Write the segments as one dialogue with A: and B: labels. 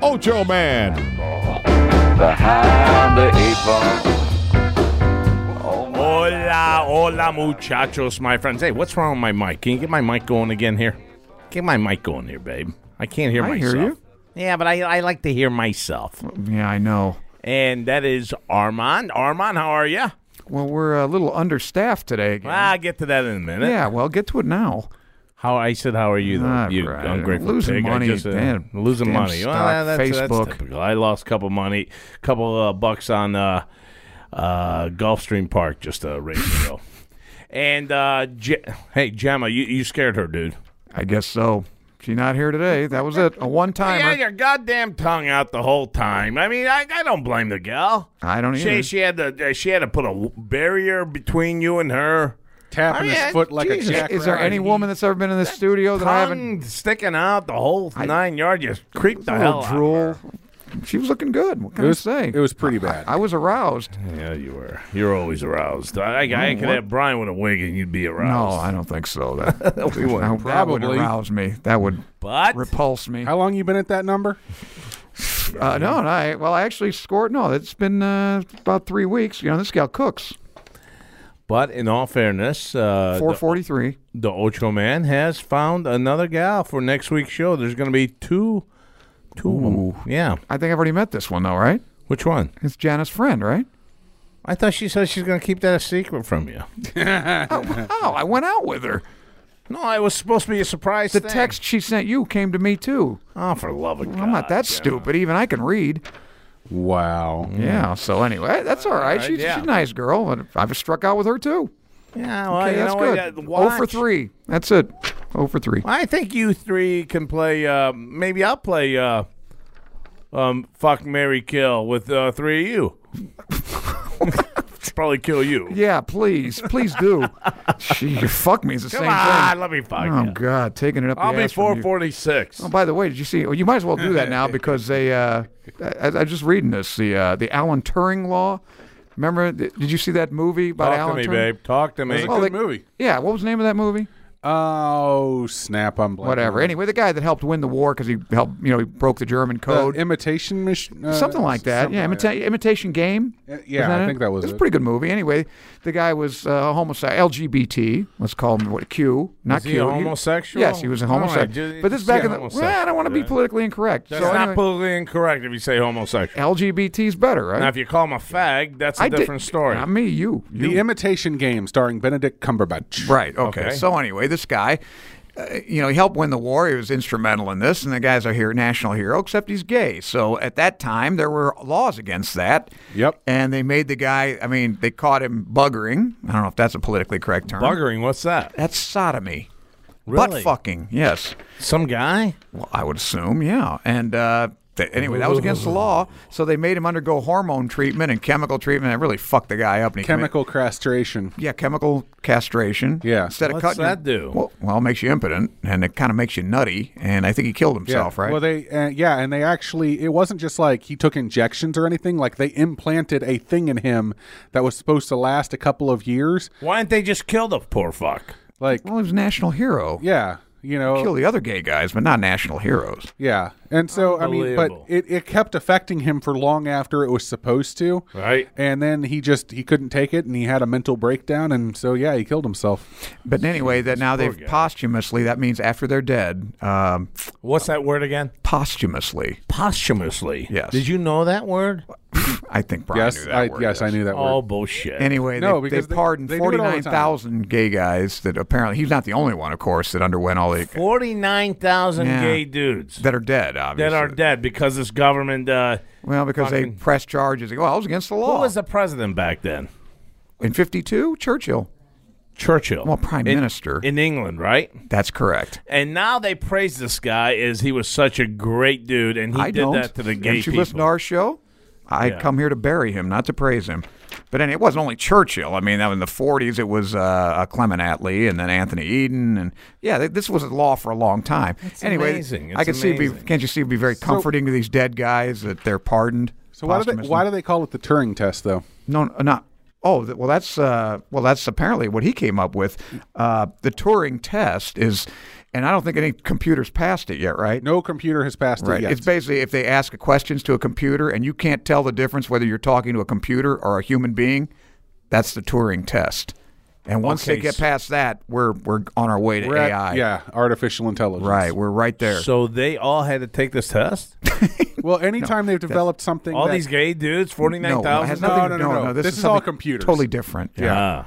A: Ocho Man.
B: Behind the eight ball.
C: Hola, hola, muchachos, my friends. Hey, what's wrong with my mic? Can you get my mic going again here? Get my mic going here, babe. I can't hear
D: I hear
C: myself.
D: you.
C: Yeah, but I, I like to hear myself.
D: Yeah, I know.
C: And that is Armand. Armand, how are you?
D: Well, we're a little understaffed today. Again.
C: Well, I'll get to that in a minute.
D: yeah, well, get to it now.
C: How I said, how are you? Though
D: Ah,
C: you
D: right.
C: ungrateful
D: Losing
C: pig. I
D: money,
C: just, uh,
D: damn-
C: losing
D: damn
C: money. Well,
D: stock,
C: that's, that's
D: Facebook.
C: typical. I lost a couple money, couple uh, bucks on uh, uh, Gulfstream Park just a race ago. And uh, Je- hey, Gemma, you, you scared her, dude.
D: I guess so. She not here today. That was it. A one
C: Yeah,
D: timer.
C: your goddamn tongue out the whole time. I mean, I, I don't blame the gal.
D: I don't
C: She
D: either.
C: she had to uh, she had to put a w- barrier between you and her.
E: tapping
C: I mean,
E: his foot like
C: Jesus.
E: a
D: Is-
E: jackrabbit.
D: Is there any woman that's ever been in the studio that I haven't?
C: Tongue sticking out the whole nine yard. You creeped the
D: A
C: hell
D: little
C: out.
D: drool. She was looking good. What can
E: It was,
D: I say?
E: it was pretty bad.
D: I was aroused.
C: Yeah, you were. You're always aroused. I, I, I could
D: what?
C: have Brian with a wig and you'd be
D: No,
C: aroused.
D: I don't think so. That,
C: we wouldn't.
D: that- that would
E: Probably.
D: arouse me. That would
C: But
D: repulse me.
E: How long you been at that number?
D: Uh, no, no, I well, I actually scored. No, it's been uh, about three weeks. You know, this gal cooks.
C: but in all fairness, uh,
D: Four
C: the,
D: forty-three.
C: the Ocho Man has found another gal for next week's show. There's going to be two, two. of 'em. Yeah,
D: I think I've already met this one though, right?
C: which one?
D: It's Janice's friend, right?
C: I thought she said she's going to keep that a secret from you.
D: Oh, oh, I went out with her.
C: No, it was supposed to be a surprise.
D: The
C: thing.
D: text she sent you came to me too.
C: Oh, for love of God!
D: I'm not that stupid. Even I can read.
E: Wow.
D: Yeah. So anyway, eh, that's all right. She's,
C: yeah.
D: she's a nice girl, and I've struck out with her too.
C: Yeah, well,
D: Okay,
C: you
D: that's
C: know
D: good.
C: what?
D: Oh for
C: Watch.
D: three. That's it. Oh for three.
C: I think you three can play. Uh, maybe I'll play. Uh, um, fuck Mary Kill with uh, three of you. Probably kill you.
D: Yeah, please, please do. Gee, fuck me is the
C: Come
D: same
C: on,
D: thing.
C: let me fuck
D: Oh
C: you.
D: God, taking it up.
C: I'll
D: the
C: be
D: ass from you.
C: four forty six.
D: Oh, by the way, did you see? Well, you might as well do that now because they. Uh, I, I was just reading this the uh, the Alan Turing law. Remember? th- Did you see that movie about
C: Talk
D: Alan
C: to me,
D: Turing?
C: babe. Talk to me.
D: Oh,
E: Good
D: they-
E: movie.
D: Yeah, what was the name of that movie?
E: Oh, snap. I'm blanking.
D: Whatever.
E: on it.
D: Anyway, the guy that helped win the war because he helped, you know, he broke the German
E: The
D: code,
E: imitation mission.
D: something like that. yeah, imita- imitation game.
E: yeah,
D: Wasn't
E: I
D: it?
E: think that was
D: It was
E: it.
D: a pretty good movie. Anyway, the guy was uh, homosexual, LGBT. Let's call him what Q, not
C: Was he
D: Q.
C: a homosexual?
D: Yes, he was a
C: Oh, I
D: homosexual.
C: ju-
D: but this is
C: yeah,
D: back in the.
C: homosexual,
D: Well, I don't want to be
C: yeah.
D: politically incorrect.
C: That's
D: so
C: not
D: anyway,
C: politically incorrect if you say homosexual.
D: LGBT is better, right?
C: Now, if you call him a fag, that's a
D: I did-
C: different story.
D: Not me, you. you.
E: The imitation game starring Benedict Cumberbatch.
D: Right. Okay.
C: Okay.
D: So anyway, this guy, uh, you know, he helped win the war. He was instrumental in this, and the guy's a hero, national hero, except he's gay. So at that time, there were laws against that.
E: Yep.
D: And they made the guy. I mean, they caught him buggering. I don't know if that's a politically correct term.
C: Buggering, what's that?
D: That's sodomy.
C: Really?
D: Butt fucking. Yes.
C: Some guy?
D: Well, I would assume, yeah. And uh, th- anyway, that was against the law, so they made him undergo hormone treatment and chemical treatment. That really fucked the guy up. And he commi-
E: Chemical castration.
D: yeah, chemical castration.
E: Yeah.
D: Instead of
C: What's
D: cutting
C: that do?
D: your- Well, well, it makes you impotent, and it kind of makes you nutty. And I think he killed
E: Yeah.
D: himself, right?
E: Well, they uh, yeah, and they actually it wasn't just like he took injections or anything. Like they implanted a thing in him that was supposed to last a couple of years.
C: Why didn't they just kill the poor fuck?
E: Like
D: well, he was a national hero.
E: yeah, you know,
D: Kill the other gay guys, but not national heroes.
E: Yeah. And so, I mean, but
C: Unbelievable.
E: it, it kept affecting him for long after it was supposed to.
C: Right.
E: And then he just, he couldn't take it and he had a mental breakdown. And so, yeah, he killed himself.
D: But anyway, that now they've
C: guy.
D: posthumously. That means after they're dead, um,
C: What's that word again?
D: posthumously.
C: Posthumously.
D: Yes.
C: Did you know that word?
D: I think Brian
E: yes.
D: knew that
E: I,
D: word.
E: yes, I knew that
C: Oh,
E: word.
C: bullshit.
D: Anyway,
E: No,
D: they,
E: because
D: they
E: they-
D: pardoned
E: they do it all the time.
D: 49,000 gay guys that apparently, he's not the only one, of course, that underwent all the,
C: 49,000
D: Yeah.
C: gay dudes that,
D: that are dead, obviously.
C: are dead because this government. Uh,
D: Well, because
C: Fucking-
D: they pressed charges. They go, Well, I was against the
C: who
D: law.
C: was the president back then?
D: In 52, Churchill.
C: Churchill.
D: Well, prime
C: in-
D: minister.
C: in England, right?
D: That's correct.
C: And now they praise this guy as he was such a great dude, and he
D: I
C: did
D: don't.
C: that to the gay
D: Didn't you
C: people.
D: listen to our show? I
C: Yeah.
D: come here to bury him, not to praise him. But anyway, it wasn't only Churchill. I mean, in the 40s, it was uh, Clement Attlee and then Anthony Eden. And yeah, th- this was a law for a long time. anyway,
C: amazing.
D: I
C: It's
D: can see, it'd be,
C: amazing.
D: can't you see, it'd be very comforting to these dead guys that they're pardoned.
E: So why do they
D: posthumously?
E: why do they call it the Turing test though?
D: No, n- not. Oh, th- well, that's uh, well, that's apparently what he came up with. Uh, the Turing test is, and I don't think any computers passed it yet, right?
E: No computer has passed
D: Right.
E: it yet.
D: It's basically if they ask questions to a computer and you can't tell the difference whether you're talking to a computer or a human being, that's the Turing test. And once
C: Okay,
D: they get
C: so-
D: past that, we're we're on our way to
E: We're at-
D: AI.
E: yeah, artificial intelligence.
D: Right. We're right there.
C: So they all had to take this test.
E: Well, anytime they've developed something,
C: All
E: that-
C: these gay dudes, forty nine
D: no, it has
C: thousand.
D: nothing,
E: No, no, no, no. This is all
D: something
E: computers.
D: Totally different.
E: Yeah.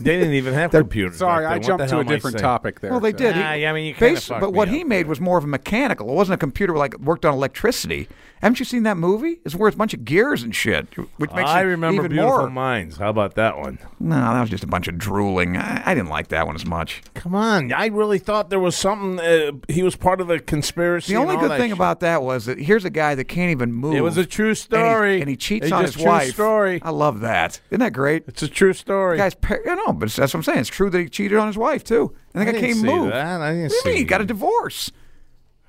C: they didn't even have computers.
E: Sorry,
C: back then.
E: I
C: What
E: jumped
C: the
E: to
C: hell
E: a
C: am I
E: different
C: saying?
E: topic there.
D: Well, they
E: so-
D: did.
C: Ah, yeah, I mean, you kinda fucked
D: but
C: me
D: what
C: up
D: he made was more of a mechanical. It wasn't a computer like worked on electricity. Haven't you seen that movie? It's where it's a bunch of gears and shit, which makes
C: I
D: it
C: remember
D: even
C: Beautiful
D: more.
C: Minds. How about that one?
D: no, that was just a bunch of drooling. I, I didn't like that one as much.
C: Come on, I really thought there was something. Uh, he was part of a conspiracy.
D: The
C: and
D: only
C: all
D: good
C: that
D: thing
C: shit.
D: about that was that here's a guy that can't even move.
C: It was a true
D: And he-
C: story.
D: and he, cheats
C: It's
D: on
C: just
D: his
C: true
D: wife.
C: story.
D: I love that. Isn't that great?
C: it's a true story.
D: The guy's, par- you know, but that's what I'm saying. It's true that he cheated on his wife too, and the
C: I
D: guy
C: didn't
D: can't
C: see
D: move.
C: that. I didn't
D: What do you
C: see
D: mean? He got a
C: that.
D: divorce.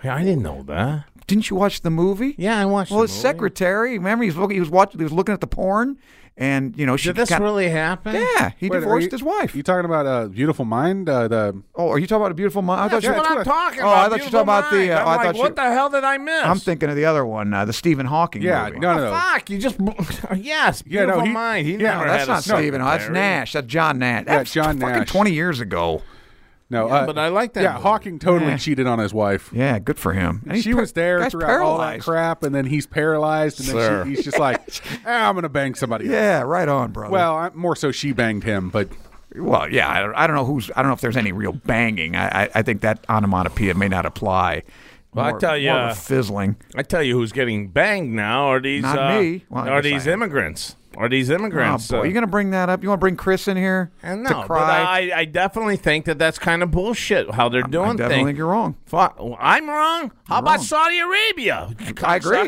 C: Yeah, I didn't know that.
D: Didn't you watch the movie?
C: Yeah, I watched.
D: Well,
C: the
D: his
C: movie.
D: secretary. Remember, he was looking. He was watching. He was looking at the porn, and you know she.
C: Did this
D: got-
C: really happen?
D: Yeah, he
E: Wait, are
D: divorced
E: you-
D: his wife.
E: You talking about uh, Beautiful Mind? Uh, the
D: oh, are you talking about a beautiful mind? I thought
C: That's
D: you.
C: what I'm talking
D: Oh,
C: about.
D: I thought you were
C: Beautiful
D: talking about the.
C: Mind.
D: Uh,
C: I'm
D: I
C: like,
D: thought
C: what
D: you.
C: the hell did I miss?
D: I'm thinking of the other one, uh, the Stephen Hawking.
E: yeah,
D: movie.
E: no, no, no.
C: Fuck! You just yes.
E: Yeah, no,
C: Beautiful
E: he-
C: mind. He
E: yeah,
C: never
D: No, that's
C: had
D: not
C: a secretary.
D: Stephen. That's Nash. That's John Nash. That's
E: John
D: fucking
E: Nash.
D: 20 years ago.
E: no. uh,
C: but I like that
E: Yeah,
C: movie.
E: Hawking totally
D: Yeah.
E: cheated on his wife.
D: Yeah, good for him. And he's
E: she
D: par-
E: was there
D: guy's
E: throughout all that
D: paralyzed.
E: crap, and then he's paralyzed, and
C: Sir.
E: then she, he's just like, ah, "I'm gonna bang somebody." else."
D: Yeah, right on, brother.
E: Well, I, more so, she banged him, but
D: well, yeah. I don't, I don't know who's. I don't know if there's any real banging. I, I, I think that onomatopoeia may not apply.
C: Well, I
D: More-
C: tell ya-
D: more of a fizzling. Oh,
C: I tell you, who's getting banged now are these
D: Not
C: uh,
D: me. Well, I
C: are
D: guess I
C: these
D: am.
C: immigrants? Are these
D: Oh
C: immigrants?
D: boy,
C: uh,
D: you gonna bring that up? You want to bring Chris in here
C: I know,
D: to
C: but
D: cry?
C: I, I definitely think that that's kind of bullshit how they're doing
D: definitely
C: things.
D: think you're wrong.
C: Fuck, well, I'm wrong. How about
D: wrong.
C: Saudi Arabia?
D: I agree, I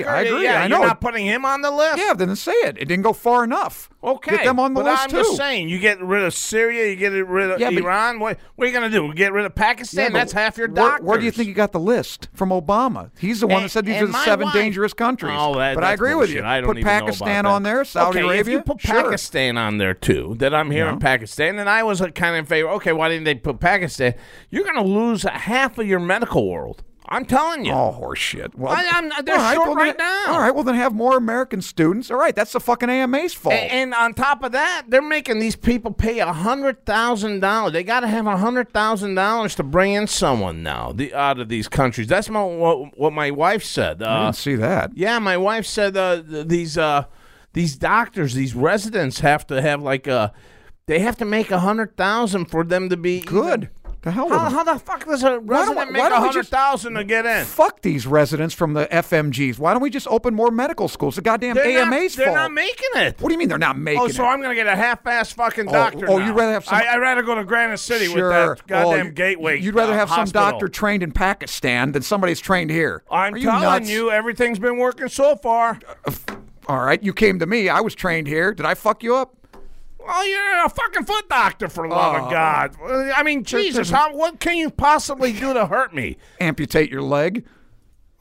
C: Cocksucker.
D: agree,
C: Yeah,
D: I
C: you're
D: know.
C: not putting him on the list.
D: yeah, then say it. It didn't go far enough.
C: Okay,
D: get them on the
C: but
D: list
C: I'm
D: too.
C: just saying, you get rid of Syria, you get rid of
D: Yeah, but-
C: Iran. What, what are you going to do? Get rid of
D: Yeah,
C: Pakistan?
D: but
C: That's half your
D: where-
C: doctors.
D: Where do you think you got the list from Obama? He's the one that said these
C: And-
D: are the
C: and my
D: seven
C: wife-
D: dangerous countries.
C: Oh, that-
D: but I
C: that's
D: agree with you.
C: bullshit. I don't
D: put
C: even know about
D: Pakistan
C: that.
D: on there, Saudi
C: okay,
D: Arabia.
C: If you put
D: sure.
C: Pakistan on there too, that I'm hearing Pakistan, and I was uh, kind of in favor. Okay, why didn't they put Pakistan? You're going to lose half of your medical world. I'm telling you.
D: Oh, horseshit. Well,
C: I- I'm- they're
D: all right,
C: short
D: well,
C: right
D: then-
C: now.
D: All right, well then have more American students. All right, that's the fucking AMA's fault.
C: A- And on top of that, they're making these people pay a hundred thousand dollars. They got to have a hundred thousand dollars to bring in someone now the, out of these countries. That's my, what, what my wife said. Uh,
D: I didn't see that.
C: Yeah, my wife said uh, th- these uh, these doctors, these residents have to have like a they have to make a hundred thousand for them to be
D: Good.
C: even-
D: The hell with
C: How,
D: them.
C: how the fuck does a
D: Why don't
C: resident
D: we-
C: make
D: why
C: a
D: don't we just-
C: hundred thousand to get in?
D: Fuck these residents from the FMGs. Why don't we just open more medical schools? The goddamn
C: They're not-
D: AMA's
C: They're
D: fault.
C: not making it.
D: what do you mean they're not making
C: Oh, so
D: it?
C: I'm gonna get a half-ass fucking doctor.
D: oh,
C: now.
D: you'd rather have some-
C: I, I'd rather go to Granite City
D: sure.
C: with that
D: Oh,
C: goddamn
D: you-
C: gateway.
D: You'd rather
C: uh,
D: have some
C: hospital.
D: doctor trained in Pakistan than somebody's trained here.
C: I'm
D: Are you
C: telling
D: nuts?
C: you, everything's been working so far.
D: All right, you came to me. I was trained here. Did I fuck you up?
C: Well, you're a fucking foot doctor for the love of
D: Oh.
C: God. Well, I mean, Jesus, how, what can you possibly do to hurt me?
D: Amputate your leg?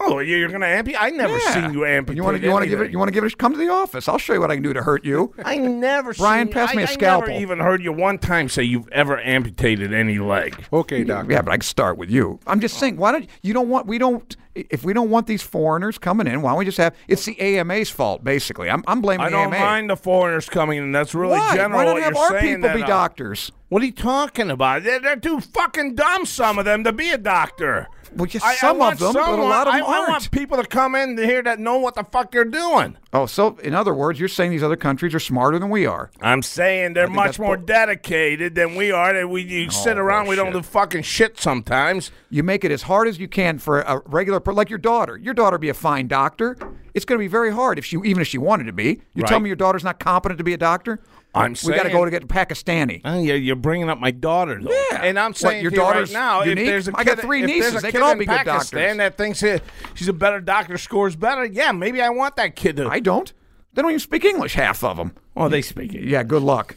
C: Oh, you- you're gonna amputate? I never
D: Yeah.
C: seen you amputate.
D: You want to you want to give it?
C: anything.
D: You want to give it? Come to the office. I'll show you what I can do to hurt you.
C: I never.
D: Brian,
C: seen,
D: pass
C: I-
D: me a
C: I
D: scalpel.
C: never even heard you one time say you've ever amputated any leg.
E: okay, doctor.
D: Yeah, but I can start with you. I'm just saying, why don't you don't want we don't if we don't want these foreigners coming in, why don't we just have it's the AMA's fault basically. I'm I'm blaming
C: I
D: the
C: don't
D: AMA.
C: mind the foreigners coming in. That's really
D: E why?
C: general.
D: why not
C: what
D: have
C: you're
D: our
C: saying
D: people
C: that,
D: be
C: uh,
D: doctors?
C: What are you talking about? They're, they're too fucking dumb, some of them, to be a doctor.
D: Well, yes,
C: I- I
D: some of
C: want
D: them, but a
C: someone-
D: lot of them
C: I, I want
D: aren't.
C: people to come in here that know what the fuck they're doing.
D: Oh, so in other words, you're saying these other countries are smarter than we are.
C: I'm saying they're
D: think
C: much
D: that's
C: more
D: bull-
C: dedicated than we are. That we you sit around, we don't do
D: bullshit.
C: fucking Oh, shit sometimes.
D: You make it as hard as you can for a regular per- like your daughter. Your daughter be a fine doctor. It's going to be very hard if she even if she wanted to be. You
C: Right.
D: tell me your daughter's not competent to be a doctor?
C: I'm
D: we got to
C: saying-
D: go to get Pakistani.
C: Oh, yeah, you're bringing up my daughter, though.
D: Yeah.
C: And I'm
D: What,
C: saying
D: your
C: to you
D: daughter's
C: right now,
D: unique?
C: if there's a
D: I got
C: kid-
D: three
C: if there's
D: nieces.
C: a
D: They
C: kid
D: can all
C: in
D: be good doctors.
C: Pakistan That thinks he- she's a better doctor, scores better. Yeah, maybe I want that kid to.
D: I don't. They don't even speak English. Half of them.
C: well, they speak it.
D: Yeah. Good luck.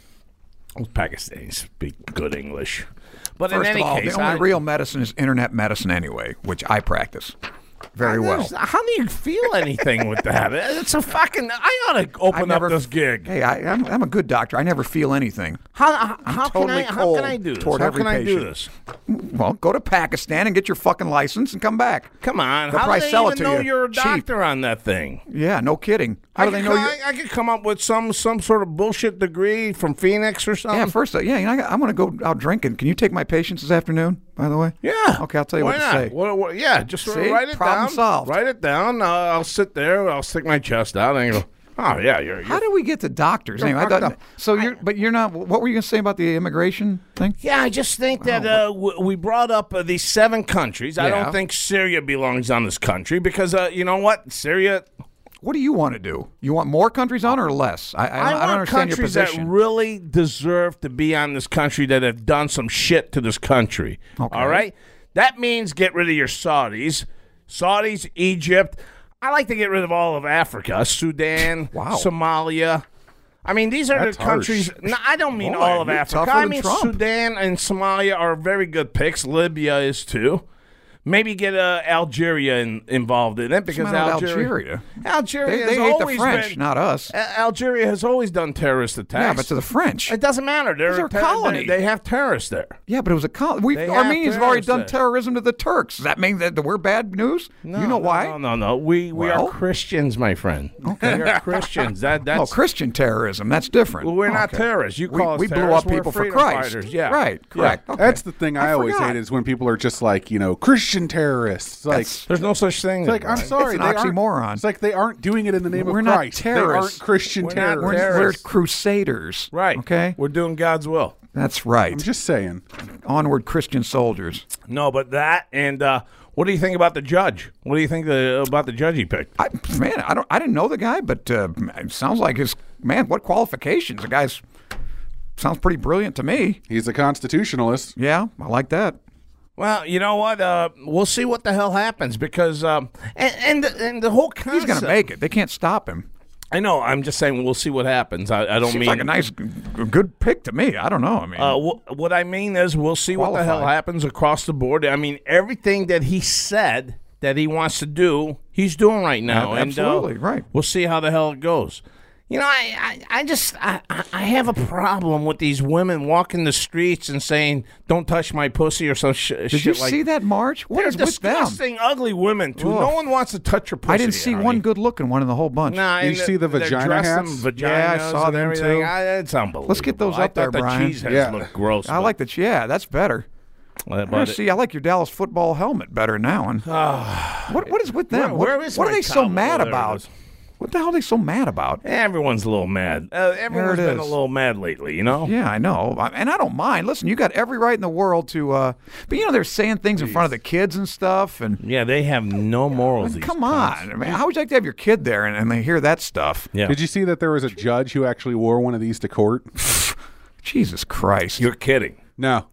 C: Those Pakistanis speak good English. But in
D: First
C: any
D: of all,
C: case,
D: the only
C: I-
D: real medicine is internet medicine anyway, which I practice very well.
C: How do you feel anything with that? It's a fucking. I ought to
D: I
C: open
D: never-
C: up this gig.
D: Hey, I, I'm, I'm a good doctor. I never feel anything.
C: How, how,
D: I'm
C: how
D: totally
C: can I? How
D: cold
C: can I do this?
D: toward
C: How
D: every
C: can I do
D: patient.
C: this?
D: Well, go to Pakistan and get your fucking license and come back.
C: Come on.
D: They'll
C: how do
D: probably
C: they
D: sell it
C: even
D: to
C: know
D: you
C: are a
D: cheap.
C: doctor on that thing?
D: Yeah, no kidding. How do
C: I
D: they
C: could
D: know
C: co-
D: you?
C: I, I could come up with some some sort of bullshit degree from Phoenix or something.
D: Yeah, first, uh, yeah, you know, I, am going to go out drinking. Can you take my patients this afternoon? By the way.
C: Yeah.
D: Okay, I'll tell you
C: Why
D: what
C: not?
D: to say.
C: What- what- yeah, just sort of
D: See?
C: write it
D: Problem
C: down.
D: solved.
C: Write it down. Uh, I'll sit there. I'll stick my chest out and go. Oh yeah, you're.
D: How
C: you're
D: do we get to doctors? Anyway, I
C: fucked
D: thought,
C: up.
D: so you're, but you're not. What were you going to say about the immigration thing?
C: yeah, I just think that uh, w- we brought up uh, these seven countries. I
D: Yeah.
C: don't think Syria belongs on this country because uh, you know what, Syria.
D: What do you want to do? You want more countries on or less?
C: I,
D: I, I, don't- I
C: want
D: don't understand your
C: countries
D: position.
C: that really deserve to be on this country that have done some shit to this country. All right? That means get rid of your Saudis, Saudis, Egypt. I like to get rid of all of Africa, Sudan,
D: Wow.
C: Somalia. I mean, these are
E: That's
C: the countries.
E: harsh.
C: No, I don't mean
D: Boy,
C: all of
D: you're
C: Africa.
D: tougher
C: I
D: than
C: mean,
D: Trump.
C: Sudan and Somalia are very good picks. Libya is too. Maybe get uh, Algeria in, involved in it because
D: matter with
C: Algeria,
D: Algeria?
C: Algeria
D: They-
C: has
D: they hate the
C: always
D: French,
C: been-
D: not us.
C: A- Algeria has always done terrorist attacks.
D: yeah, but to the French.
C: It doesn't matter. They're,
D: They're a
C: ter-
D: colony.
C: They, they have terrorists there.
D: Yeah, but it was a col- we
C: They
D: have
C: have
D: Armenians have already done
C: terrorists there.
D: terrorism to the Turks. Does that mean that that we're bad news?
C: No,
D: you know
C: no,
D: why?
C: No, no, no. We we
D: Well?
C: are Christians, my friend. Okay. We are Christians. That that's
D: Oh, Christian terrorism. That's different.
C: well, we're not
D: Okay.
C: terrorists. You
D: We,
C: call us
D: we blew
C: terrorists.
D: up
C: We're
D: people for
C: freedom
D: Christ.
C: Fighters. Yeah.
D: Right, correct.
C: Yeah.
D: Okay.
E: That's the thing I, always
D: forgot.
E: hate is when people are just like, you know, Christian terrorists. Like,
D: That's-
C: There's no such thing.
E: it's like
C: as
E: I'm sorry,
D: an
E: they aren't-
D: oxymoron.
E: It's like they aren't doing it in the name
D: We're
E: of
D: not
E: Christ. They
D: terrorists.
E: aren't Christian
C: We're not
E: terrorists.
D: We're, we're
C: terrorists.
D: crusaders.
C: right.
D: Okay.
C: We're doing God's will.
D: That's right.
E: I'm just saying.
D: Onward, Christian soldiers.
C: No, but that and uh, what do you think about the judge? What do you think the, about the judge he picked?
D: I, man, I don't. I didn't know the guy, but uh, it sounds like his man. What qualifications? The guy's sounds pretty brilliant to me.
E: He's a constitutionalist.
D: Yeah, I like that.
C: Well, you know what? Uh, we'll see what the hell happens because um, and, and and the whole
D: He's
C: concept.
D: going to make it. They can't stop him.
C: I know. I'm just saying we'll see what happens. I, I don't
D: Seems
C: mean
D: like a nice, g- good pick to me. I don't know. I mean,
C: Uh, wh- what I mean is, we'll see what the hell
D: Qualified.
C: happens across the board. I mean, everything that he said that he wants to do, he's doing right now.
D: Ab-
C: and, uh,
D: absolutely, right.
C: We'll see how the hell it goes. You know, I, I, I just I, I- I have a problem with these women walking the streets and saying, "Don't touch my pussy" or some sh-
D: did
C: shit.
D: you
C: like
D: see that march? What
C: They're
D: is with them?
C: disgusting, ugly women too. No
D: Ugh.
C: one wants to touch your pussy.
D: I didn't see one
C: honey.
D: good looking one in the whole bunch.
C: Nah,
E: You
C: and
E: see the
C: they're
E: vagina
C: dressed
E: hats?
C: in Vaginas
D: Yeah, I saw
C: and
D: them, too.
C: everything. I, it's unbelievable.
D: get those
C: I
D: up there,
C: thought the
D: Brian.
C: Cheese heads
E: Yeah.
C: look gross.
D: I
C: but-
D: like the yeah. That's better.
C: Uh,
D: I
C: but it-
D: see, I like your Dallas football helmet better now. And what what is with them?
C: Ah, Where-
D: what
C: where is
D: what
C: my
D: are they so
C: towel?
D: mad
C: Oh, there it
D: about?
C: is.
D: What the hell are they so mad about?
C: Everyone's a little mad. Uh, everyone's
D: it
C: been a
D: is.
C: little mad lately, you know?
D: Yeah, I know, I, and I don't mind. Listen, you got every right in the world to, uh, but you know they're saying things in front of the kids and stuff. And
C: Yeah, they have no morals. these
D: come
C: cunts.
D: on, I mean, how would you like to have your kid there and, and they hear that stuff?
C: Yeah.
E: Did you see that there was a judge who actually wore one of these to court?
D: Jesus Christ!
C: You're kidding.
E: No.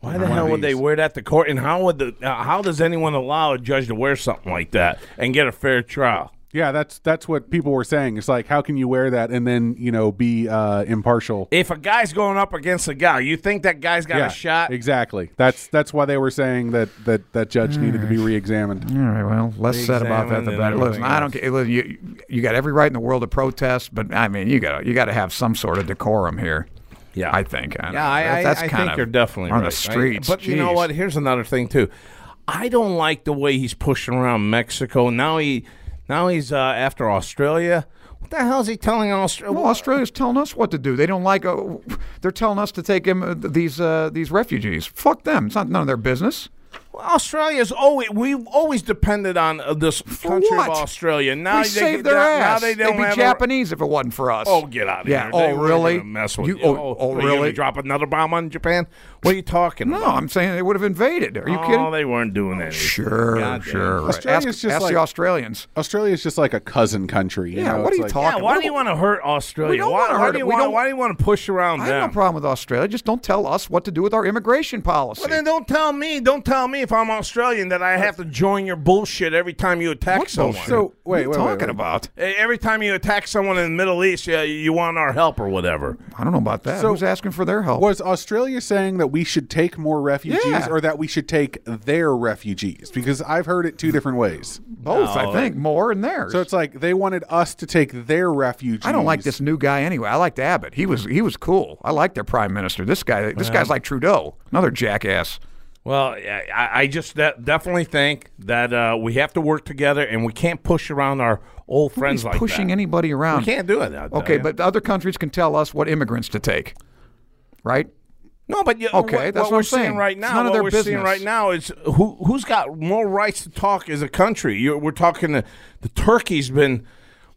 C: Why the hell would they wear that to court? And how would the uh, how does anyone allow a judge to wear something like that and get a fair trial?
E: Yeah, that's that's what people were saying. It's like, how can you wear that and then you know be uh, impartial?
C: If a guy's going up against a guy, you think that guy's got
E: yeah,
C: a shot?
E: Exactly. That's that's why they were saying that that that judge
D: Hmm.
E: needed to be
D: All
E: reexamined.
D: right, well, less said about that,
C: examined
D: the
C: and
D: better. Listen,
C: everything
D: I don't care. Listen, You, you got every right in the world to protest, but I mean, you got you got to have some sort of decorum here.
C: Yeah.
D: I think. I don't
C: Yeah,
D: know.
C: I, I,
D: that's
C: I
D: kind
C: think
D: of
C: you're definitely
D: on
C: right.
D: the streets.
C: I- but you know
D: Jeez.
C: what? Here's another thing too. I don't like the way he's pushing around Mexico. Now he, now he's uh, after Australia. What the hell is he telling Australia?
D: Well, Australia's telling us what to do. They don't like. Uh, they're telling us to take him, uh, th- these uh, these refugees. Fuck them. It's not none of their business.
C: Australia's always we've always depended on uh, this country
D: what?
C: of Australia. Now
D: we
C: they,
D: saved their
C: now,
D: ass.
C: Now they
D: would
C: don't
D: be
C: have a-
D: Japanese if it wasn't for us.
C: Oh, get out of
D: yeah.
C: here!
D: Oh,
C: They weren't
D: really?
C: gonna Mess with
D: You-
C: you.
D: Oh, oh,
C: are you gonna
D: really?
C: Drop another bomb on Japan? What are you talking
D: No,
C: about?
D: I'm saying they would have invaded. Are you
C: oh,
D: kidding?
C: they weren't doing that.
D: Sure,
C: Goddamn.
D: sure. right.
E: Australia's
D: ask
E: just
D: ask
E: like-
D: the Australians.
E: Australia's just like a cousin country. you
D: Yeah,
E: know,
D: what
E: it's
D: are you
E: like-
D: talking
C: Yeah,
D: about?
C: why do you want to hurt Australia?
D: We don't
C: why,
D: wanna
C: why
D: hurt
C: do you
D: it. We
C: wanna-
D: don't-
C: why do you want to push around
D: I
C: them?
D: have no problem with Australia. Just don't tell us what to do with our immigration policy.
C: Well, then don't tell me. Don't tell me if I'm Australian that I have to join your bullshit every time you attack
D: what
C: someone.
D: bullshit? what
E: So,
D: are
E: wait,
D: you
E: wait, wait,
D: talking
E: wait.
D: about?
C: Eh, Every time you attack someone in the Middle East, yeah, you want our help or whatever.
D: I don't know about that.
E: So-
D: Who's asking for their help?
E: Was Australia saying that we should take more refugees
D: Yeah.
E: or that we should take their refugees? Because I've heard it two different ways.
D: Both, I think, more and theirs.
E: So it's like they wanted us to take their refugees.
D: I don't like this new guy anyway. I liked Abbott. He was he was cool. I liked their prime minister. This guy, this guy's like Trudeau, another jackass.
C: Well, I- I, I just de- definitely think that uh, we have to work together, and we can't push around our old friends
D: He's
C: like
D: pushing
C: that.
D: anybody around.
C: We can't do it. out there.
D: Okay, but the other countries can tell us what immigrants to take, right?
C: no, but you,
D: Okay,
C: what,
D: that's what
C: we're
D: I'm
C: seeing
D: saying.
C: right
D: It's
C: now.
D: none of
C: what
D: their
C: we're seeing
D: business.
C: right now is who who's got more rights to talk as a country. You're, we're talking the, the Turkey's been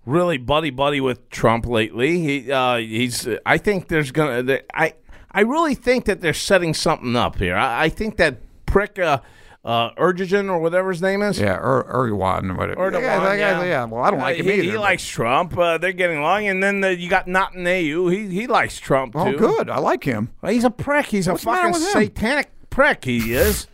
C: really buddy buddy with Trump lately. He uh, he's. I think there's gonna. The, I I really think that they're setting something up here. I, I think that prick. Uh, uh, Erdogan or whatever his name is.
D: Yeah, or Erdogan, whatever.
C: Erdogan,
D: yeah, that
C: yeah.
D: guy- yeah, Well, I don't
C: Uh,
D: like him
C: he,
D: either.
C: He
D: but-
C: likes Trump. Uh, they're getting along, and then the, you got Netanyahu. He he likes Trump too.
D: Oh, good. I like him.
C: Well, he's a prick. He's
D: What's
C: a
D: the
C: fucking
D: matter with him?
C: satanic prick. He is.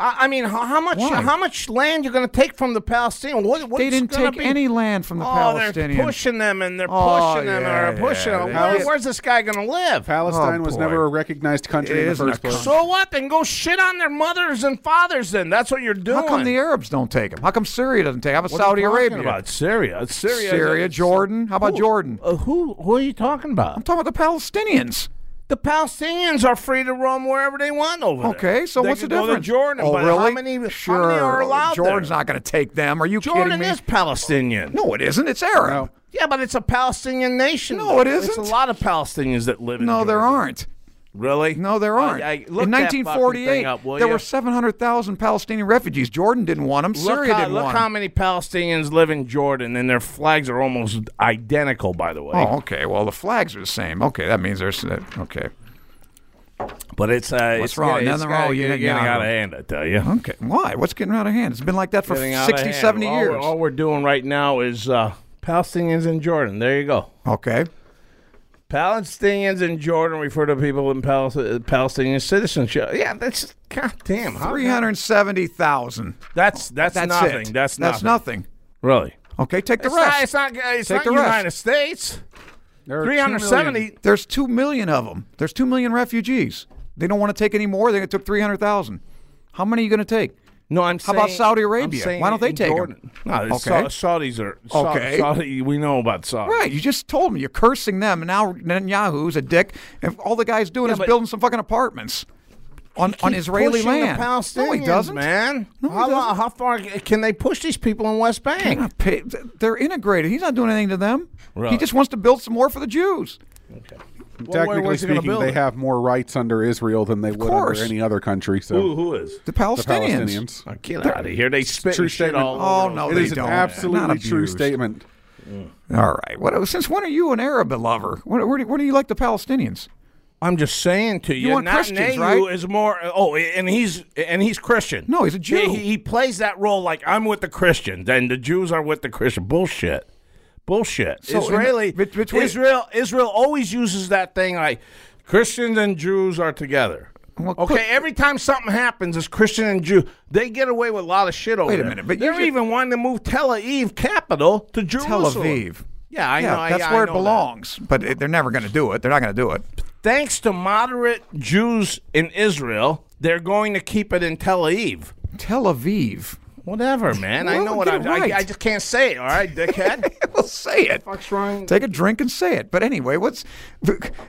C: I, I mean, how, how much
D: Why?
C: how much land you're going to take from the Palestinians? What, what's
D: They didn't
C: gonna
D: take
C: be?
D: any land from the
C: Oh,
D: Palestinians.
C: they're pushing them, and they're
D: Oh,
C: pushing them,
D: yeah,
C: and they're pushing
D: yeah.
C: them.
D: They
C: Where,
D: did.
C: where's this guy going to live?
E: Palestine
D: Oh,
E: was
D: boy.
E: never a recognized country
D: It
E: in the
D: isn't
E: first
D: a
E: place.
D: country.
C: so what? Then go shit on their mothers and fathers. Then that's what you're doing.
D: How come the Arabs don't take him? How come Syria doesn't take him? How about
C: What are you
D: Saudi
C: talking
D: Arabia?
C: about Syria, Syria,
D: Syria, Jordan. How about
C: Who-
D: Jordan?
C: uh, who? Who are you talking about?
D: I'm talking about the Palestinians.
C: The Palestinians are free to roam wherever they want over there.
D: Okay, so
C: They
D: what's the
C: can go to
D: difference?
C: Jordan,
D: oh,
C: but
D: really?
C: how many,
D: sure.
C: how many are allowed
D: Jordan's
C: there?
D: not going to take them. Are you kidding
C: Jordan
D: me?
C: is Palestinian.
D: no, it isn't. It's Arab.
C: Yeah, but it's a Palestinian nation.
D: No,
C: though.
D: it
C: It's
D: isn't.
C: a lot of Palestinians that live in
D: No, there
C: Jordan.
D: aren't.
C: Really?
D: No, there aren't.
C: I, I, look
D: In
C: that fucking thing
D: 1948,
C: up, will
D: there
C: ya?
D: were 700,000 Palestinian refugees. Jordan didn't want them.
C: Look
D: Syria
C: how,
D: didn't
C: look
D: want
C: how
D: 'em.
C: many Palestinians live in Jordan, and their flags are almost identical, by the way.
D: Oh, okay. Well, the flags are the same. Okay, that means there's uh, okay.
C: But it's uh,
D: What's
C: it's
D: wrong?
C: Getting, it's
D: Nothing wrong with
C: getting-
D: you,
C: getting
D: Netanyahu.
C: out of hand, I tell you.
D: Okay, why? What's getting out of hand? It's been like that for
C: Getting out of
D: 60,
C: hand.
D: 70
C: All
D: years.
C: We're, all we're doing right now is uh, Palestinians in Jordan. There you go.
D: okay.
C: Palestinians in Jordan refer to people in Palis- uh, Palestinian citizenship. Yeah, that's goddamn. How,
D: 370,000.
C: That's that's,
D: That's
C: nothing.
D: it.
C: That's nothing.
D: That's nothing.
C: Really.
D: Okay, take the
C: It's
D: rest.
C: not. It's not. It's
D: Take
C: not
D: the
C: the
D: rest.
C: United States.
E: There are two
C: Three
E: million-
C: hundred seventy.
D: There's 2 million of them. There's 2 million refugees. They don't want to take any more. They took 300,000. How many are you going to take?
C: No, I'm.
D: How
C: saying,
D: about Saudi
C: I'm
D: Arabia?
C: saying
D: Why don't they
C: in
D: take 'em?
C: Jordan. No, it's
D: Okay.
C: Sa- Saudis are. Sa-
D: Okay.
C: Saudi, we know about Saudi.
D: Right, you just told me you're cursing them, and now Netanyahu's a dick, and all the guy's doing is
C: but-
D: building some fucking apartments on, on Israeli
C: Pushing the
D: land. no, he
C: Palestinians,
D: doesn't.
C: man.
D: No, he
C: how, lo-
D: doesn't.
C: how far can they push these people in West Bank?
D: Not pay- They're integrated. He's not doing anything to them.
C: Really?
D: He just wants to build some more for the Jews.
C: where-
E: Technically
C: where's he gonna
E: speaking,
C: build
E: they
C: it?
E: have more rights under Israel than they would
D: course.
E: under any other country. So
C: Who, who is?
D: The
E: the
D: Palestinians.
E: Palestinians.
C: Oh, get out of here! They spit
E: True
C: and shit
E: statement.
C: all
D: Oh
C: over
D: no,
E: It
D: they
E: is an
D: don't. Not
E: absolutely true
D: abused.
E: statement.
D: All right. What, since when are you an Arab lover? What, where, do, where do you like the Palestinians?
C: I'm just saying to you,
D: want
C: Netanyahu
D: Christians, right?
C: is more. Oh, and he's and he's Christian.
D: No, he's a Jew.
C: He, he plays that role like I'm with the Christians, and the Jews are with the Christian. Bullshit. Bullshit.
D: So in-
C: Israeli
D: bet- between-
C: Israel Israel always uses that thing like Christians and Jews are together.
D: Well,
C: okay,
D: could-
C: every time something happens, it's Christian and Jew. They get away with a lot of shit over
D: Wait a
C: there.
D: minute, but
C: they're
D: you're ju-
C: even wanting to move Tel Aviv capital to
D: Tel
C: Jerusalem.
D: Aviv.
C: Yeah, I
D: yeah,
C: know. I-
D: That's
C: I
D: where
C: know that.
D: it belongs. But it, they're never going to do it. They're not going to do it.
C: thanks to moderate Jews in Israel, they're going to keep it in Tel Aviv.
D: Tel Aviv.
C: Whatever, man. I
D: Well,
C: know what
D: get
C: I'm.
D: it right.
C: I, I just can't say it. All right, dickhead.
D: well, say it.
C: Fuck's wrong?
D: Take a drink and say it. But anyway, what's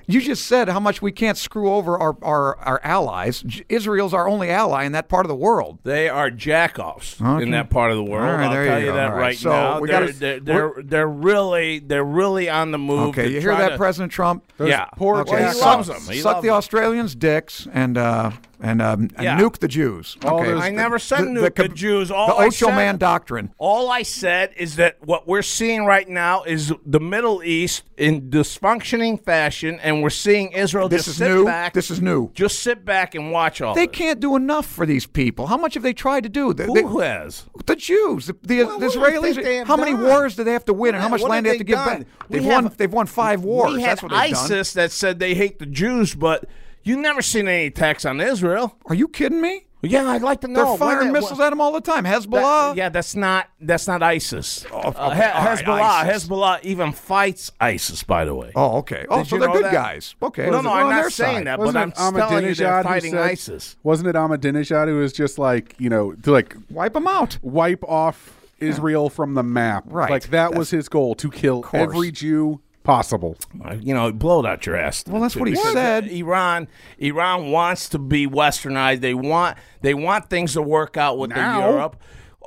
D: you just said how much we can't screw over our, our, our allies. J- Israel's our only ally in that part of the world.
C: They are jackoffs
D: Okay.
C: in that part of the world.
D: All right,
C: I'll
D: there
C: tell
D: you
C: you,
D: go.
C: that
D: All
C: right,
D: right. So
C: now.
D: we
C: they're,
D: gotta-
C: they're, they're, they're really they're really on the move.
D: Okay,
C: to
D: you hear
C: try
D: that,
C: to-
D: President Trump?
C: yeah.
E: poor
C: Well, he
E: jackasses.
C: loves them. He
D: Suck
C: loves
D: the
C: them.
D: Australians' dicks and uh, and um,
C: Yeah.
D: nuke the Jews.
E: All those-
C: I never said nuke the,
D: Kib-
C: Jews. All
D: the
C: I
D: Ocho
C: said-
D: Man doctrine.
C: All I said is that what we're seeing right now is the Middle East in dysfunctioning fashion, and we're seeing Israel
D: This
C: just
D: is
C: sit
D: new.
C: back.
D: This is new.
C: Just sit back and watch all.
D: They
C: this.
D: can't do enough for these people. How much have they tried to do? They- they-
C: Who has?
D: the Jews, the, the,
C: Well,
D: the
C: what do you
D: Israelis.
C: think they have
D: how many
C: done?
D: wars do they have to win, and how
C: Yeah,
D: much
C: what
D: land
C: have
D: they have to
C: they done?
D: give back? They've
C: We
D: won.
C: have-
D: They've won five wars.
C: We had
D: That's what they've done.
C: ISIS that said they hate the Jews, but you never seen any attacks on Israel.
D: Are you kidding me?
C: Yeah, I'd like to know.
D: They're firing
C: Where-
D: missiles
C: where-
D: at them all the time. Hezbollah. Oh,
C: That- yeah, that's not that's not ISIS. Uh,
D: okay,
C: He-
D: all right,
C: Hezbollah,
D: ISIS.
C: Hezbollah even fights ISIS, by the way.
D: Oh, okay. Oh,
C: Did
D: so
C: you
D: they're
C: know
D: good
C: that?
D: guys. Okay.
C: No,
D: Well,
C: no,
D: we're
C: I'm
D: on
C: not
D: their
C: saying
D: side.
C: that,
E: Wasn't
C: but
E: it
C: I'm telling you
E: Ahmadinejad
C: they're
E: who
C: fighting
E: said-
C: ISIS.
E: Wasn't it Ahmadinejad who was just like you know to like
D: Wipe them out.
E: wipe off Israel from the map?
D: Right.
E: Like that was his goal to kill
D: course.
E: every Jew possible.
C: Uh, You know, blow it out your ass.
D: Well, that's what he
C: Because
D: said.
C: Iran, Iran wants to be westernized. They want they want things to work out with the
E: Now?
C: Europe.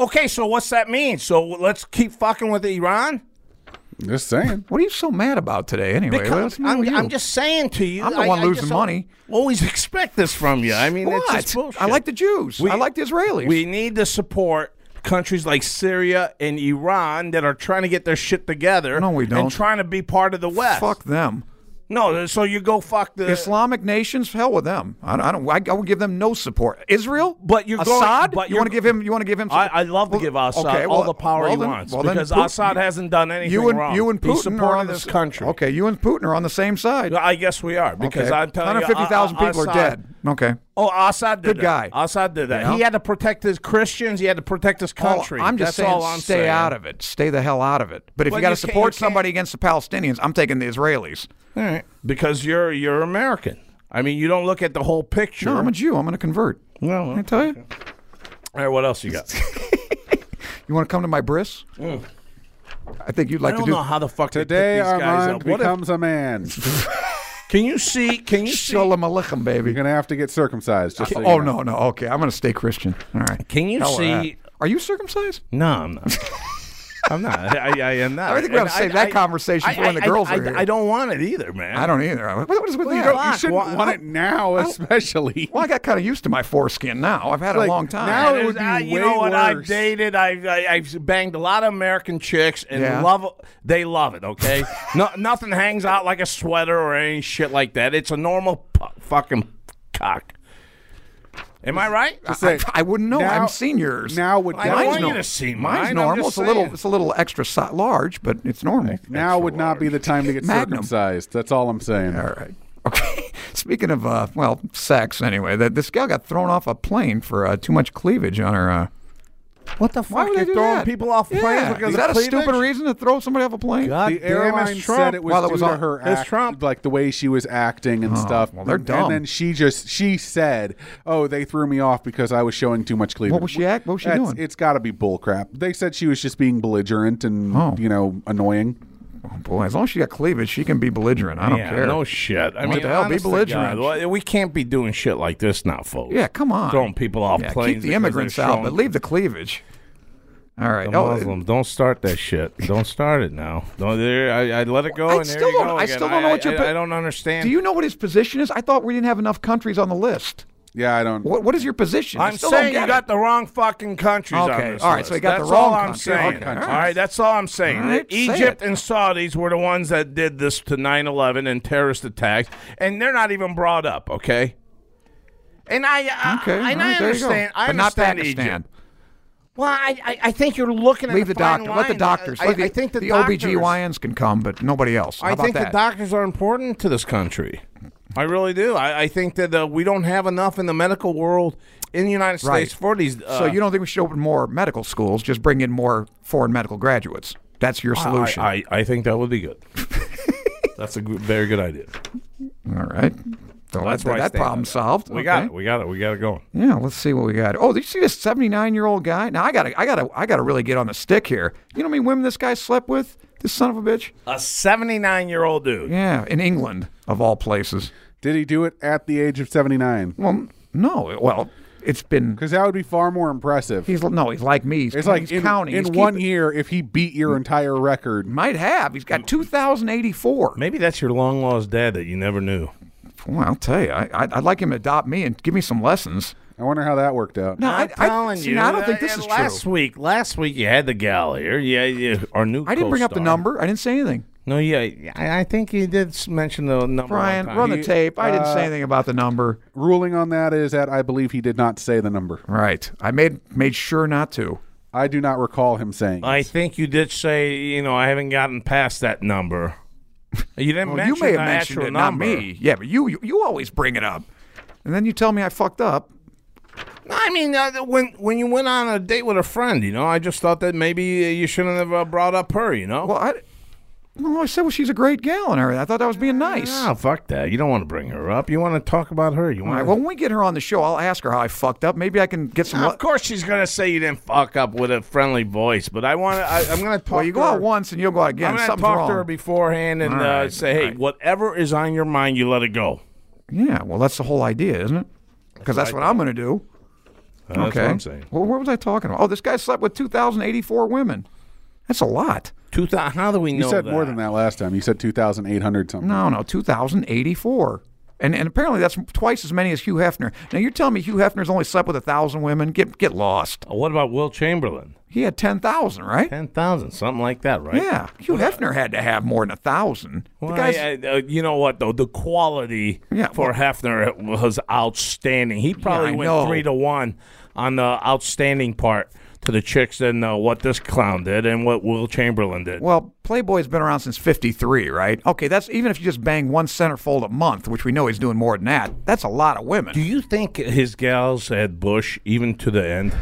C: Okay, so what's that mean? So let's keep fucking with Iran.
E: Just saying.
D: What are you so mad about today, anyway? What's
C: Because
D: the matter with
C: I'm,
D: you?
C: I'm just saying to you,
D: I'm the
C: I-
D: one
C: I
D: losing
C: just
D: money.
C: Always expect this from you. I mean,
D: What?
C: it's just bullshit.
D: I like the Jews.
C: We-
D: I like the Israelis.
C: We need to support countries like Syria and Iran that are trying to get their shit together.
D: No, we don't.
C: And trying to be part of the West.
D: fuck them.
C: No, so you go fuck the.
D: Islamic nations, hell with them. I don't. I, don't, I, I would give them no support. Israel,
C: But you're going-
D: Assad.
C: but
D: you
C: you're-
D: want to give him? You want to give him?
C: I,
D: support?
C: I love to give Assad
D: okay,
C: all
D: well-
C: the power
D: well
C: he
D: then-
C: wants
D: well then
C: because
D: Putin-
C: Assad hasn't done anything
D: you and
C: wrong.
D: you and Putin
C: he
D: are on
C: supported
D: the
C: this
D: s-
C: country.
D: Okay, you and Putin are on the same side.
C: I guess we are because
D: okay.
C: I'm telling you,
D: 150,000
C: A- A-
D: people are
C: Assad-
D: dead. Okay.
C: Oh, Assad did
D: Good
C: that.
D: guy.
C: Assad did that.
D: Yeah.
C: He had to protect his Christians. He had to protect his country.
D: All- I'm just
C: That's
D: saying,
C: all I'm
D: stay
C: saying.
D: out of it. Stay the hell out of it. But if
C: Well,
D: you got to
C: you can't-
D: support
C: you can't-
D: somebody against the Palestinians, I'm taking the Israelis.
C: All right. Because you're you're American. I mean, you don't look at the whole picture.
D: No, I'm a Jew. I'm going to convert.
C: Oh. Well,
D: Can I tell you?
C: All right, what else you got?
D: You want to come to my bris? I think you'd
C: Oh. I
D: like to
C: don't
D: do.
C: know how the fuck
E: Today,
C: they pick these guys
E: Armand
C: up. What if-
E: becomes a man.
C: can you see? Can you see?
D: Shalom aleichem,
E: You're
D: baby.
E: gonna have to get circumcised. Just so you
D: Oh
E: know.
D: no, no. Okay, I'm going to stay Christian. All right.
C: Can you
D: Hell with
C: see?
D: that. Are you circumcised?
C: No, I'm not. I'm not. I, I, I am not.
D: I think we ought to
C: And
D: save that conversation for when the girls
C: I,
D: are here.
C: I don't want it either, man.
D: I don't either. I- What is with
E: You,
D: that?
E: don't-
C: Fuck,
E: you shouldn't
C: why-
E: want it now, especially.
D: Well, I got kind of used to my foreskin now. I've had it
E: Like,
D: a long time.
E: now it would be
C: I, you
E: way
C: know what? I've
E: worse.
C: dated. I've I, I've banged a lot of American chicks and
D: Yeah.
C: love. They love it. Okay, no, nothing hangs out like a sweater or any shit like that. It's a normal pu- fucking cock. Am I right?
E: Just say,
D: I wouldn't know.
E: Now-
D: I'm seniors.
E: now would
C: I
E: definitely-
C: don't want you to see mine.
D: Mine's
C: I'm
D: normal.
C: just
D: It's a little.
C: saying.
D: It's a little extra si- large, but it's normal.
E: now would not be the time to get
D: Magnum.
E: circumcised. That's all I'm saying.
D: All right. Okay. Speaking of uh, well, sex anyway. That this gal got thrown off a plane for uh, too much cleavage on her. Uh,
C: What the
D: why
C: fuck?
D: would
C: You're
D: they do
C: throwing
D: that?
C: people off
D: yeah.
C: planes because
D: Is
C: of
D: that a
C: cleavage?
D: stupid reason to throw somebody off a plane?
C: God
E: The
C: damn,
E: airline
C: it's
E: said it was
D: While it
E: due
D: was
E: to
D: on-
E: her
C: It's
E: act,
C: Trump.
E: like the way she was acting and stuff.
D: Oh, well, they're dumb.
E: And then she just she said, "Oh, they threw me off because I was showing too much cleavage."
D: What was she act- what was she
E: That's-
D: doing?
E: It's got to be bullcrap. They said she was just being belligerent and
D: Oh.
E: you know annoying.
D: Oh, boy, as long as she got cleavage, she can be belligerent. I don't
C: Yeah,
D: care.
C: no shit. I
D: What
C: mean,
D: the hell? Be
C: honest to
D: belligerent.
C: God, well, we can't be doing shit like this now, folks.
D: yeah, come on.
C: Throwing people off
D: Yeah,
C: planes.
D: Keep
C: because
D: the
C: they're
D: immigrants out,
C: showing
D: but leave the cleavage. All right. Oh, uh,
C: The Muslims, don't start that shit. Don't start it now. Don't, there, I, I let it go.
D: I
C: and there
D: still
C: you go
D: don't- I
C: again.
D: still don't know what
C: I,
D: your
C: I,
D: po-
C: I don't understand.
D: Do you know what his position is? I thought we didn't have enough countries on the list.
E: Yeah, I don't.
D: What, what is your position? I
C: I'm
D: still don't
C: saying
D: get
C: you
D: it.
C: got the wrong fucking countries on
D: Okay,
C: this
D: all right,
C: list.
D: so you got the
C: that's
D: wrong
C: all I'm
D: countries.
C: saying.
D: Okay,
C: all
D: all right.
C: right, that's all I'm saying.
D: All right, say
C: Egypt
D: it.
C: and Saudis were the ones that did this to 9/11 and terrorist attacks, and they're not even brought up. Okay. And I, I
D: Okay,
C: and
D: all
C: I
D: right, there you go.
C: understand. I
D: but not
C: understand
D: Pakistan.
C: Egypt. Well, I, I, I think you're looking at
D: Leave the
C: the fine
D: doctor. Let the
C: line.
D: doctors.
C: I,
D: let the,
C: I think the,
D: the
C: doctors-
D: OBGYNs can come, but nobody else. How
C: I
D: about
C: think
D: that?
C: the doctors are important to this country. I really do. I, I think that uh, we don't have enough in the medical world in the United States
D: Right.
C: for these. Uh,
D: so you don't think we should open more medical schools? Just bring in more foreign medical graduates. That's your solution.
C: I, I, I think that would be good. That's a good, very good idea.
D: All right. So
C: That's
D: that's
C: where I
D: that
C: stand on
D: problem
C: that.
D: solved.
C: We got
D: Okay.
C: it. We got it. We got it going.
D: Yeah, let's see what we got. Oh, did you see this 79 year old guy? Now I gotta, I gotta, I gotta really get on the stick here. You know how many women this guy slept with? This son of a bitch.
C: A 79 year old dude.
D: Yeah, in England of all places.
E: Did he do it at the age of 79?
D: Well, no. Well, it's been.
E: Because that would be far more impressive.
D: He's no, he's like me. He's,
E: it's like
D: he's
E: in,
D: counting.
E: in
D: He's
E: one
D: keeping-
E: year, if he beat your entire record,
D: might have. He's got 2,084.
C: Maybe that's your long lost dad that you never knew.
D: Boy, I'll tell you, I, I'd, I'd like him to adopt me and give me some lessons.
E: I wonder how that worked out.
D: No,
C: I'm
D: I,
C: telling
D: I, see,
C: you.
D: now I don't
C: uh,
D: think this
C: and
D: is
C: last
D: true.
C: week, last week you had the gal here. Yeah, yeah. Our new.
D: I didn't bring up the
C: co-star.
D: number. I didn't say anything.
C: No, yeah, I, I think you did s- mention the number. one
D: Brian,
C: time. uh,
D: run the
C: You-
D: tape. I didn't say anything about the number.
E: Ruling on that is that I believe he did not say the number.
D: Right. I made made sure not to.
E: I do not recall him saying.
C: I think you did say, you know, I haven't gotten past that number. You didn't
D: Well,
C: mention
D: you may have
C: the
D: mentioned
C: actual
D: it, not
C: number.
D: me. Yeah, but you, you you always bring it up, and then you tell me I fucked up.
C: I mean, uh, when when you went on a date with a friend, you know, I just thought that maybe uh, you shouldn't have uh, brought up her, you know.
D: Well, I well I said well she's a great gal and everything. I thought that was being nice.
C: No, Ah, fuck that. You don't want to bring her up. You want to talk about her. You
D: All
C: want.
D: right. Well, when we get her on the show, I'll ask her how I fucked up. Maybe I can get some.
C: of course, she's gonna say you didn't fuck up with a friendly voice, but I want. to I'm gonna talk.
D: well, you
C: to
D: go
C: her.
D: out once and you'll go out again.
C: I'm gonna
D: Something's
C: talk
D: wrong.
C: to her beforehand and
D: All right,
C: uh, say, hey,
D: all right.
C: whatever is on your mind, you let it go.
D: yeah. Well, that's the whole idea, isn't it? Because that's, what I'm going to do.
C: what
D: okay.
C: I'm saying.
D: Well, what was I talking about? Oh, this guy slept with 2,084 women. That's a lot.
C: Two thou- How do we know?
E: you said more
C: that?
E: than that last time. You said 2,800 something.
D: No, no, 2,084. And, and apparently that's twice as many as Hugh Hefner. Now you're telling me Hugh Hefner's only slept with a thousand women? Get get lost.
C: Uh, What about Will Chamberlain?
D: He had ten thousand, right?
C: Ten thousand, something like that, right?
D: Yeah, Hugh Hefner had to have more than a thousand.
C: Well,
D: the guy's,
C: I- I- uh, you know what though, the quality
D: Yeah,
C: for Hefner was outstanding. He probably
D: I
C: went
D: know.
C: three to one on the outstanding part to the chicks than uh, what this clown did and what Will Chamberlain did.
D: Well, Playboy's been around since 53, right? Okay, that's even if you just bang one centerfold a month, which we know he's doing more than that, that's a lot of women.
C: Do you think his gals had Bush even to the end?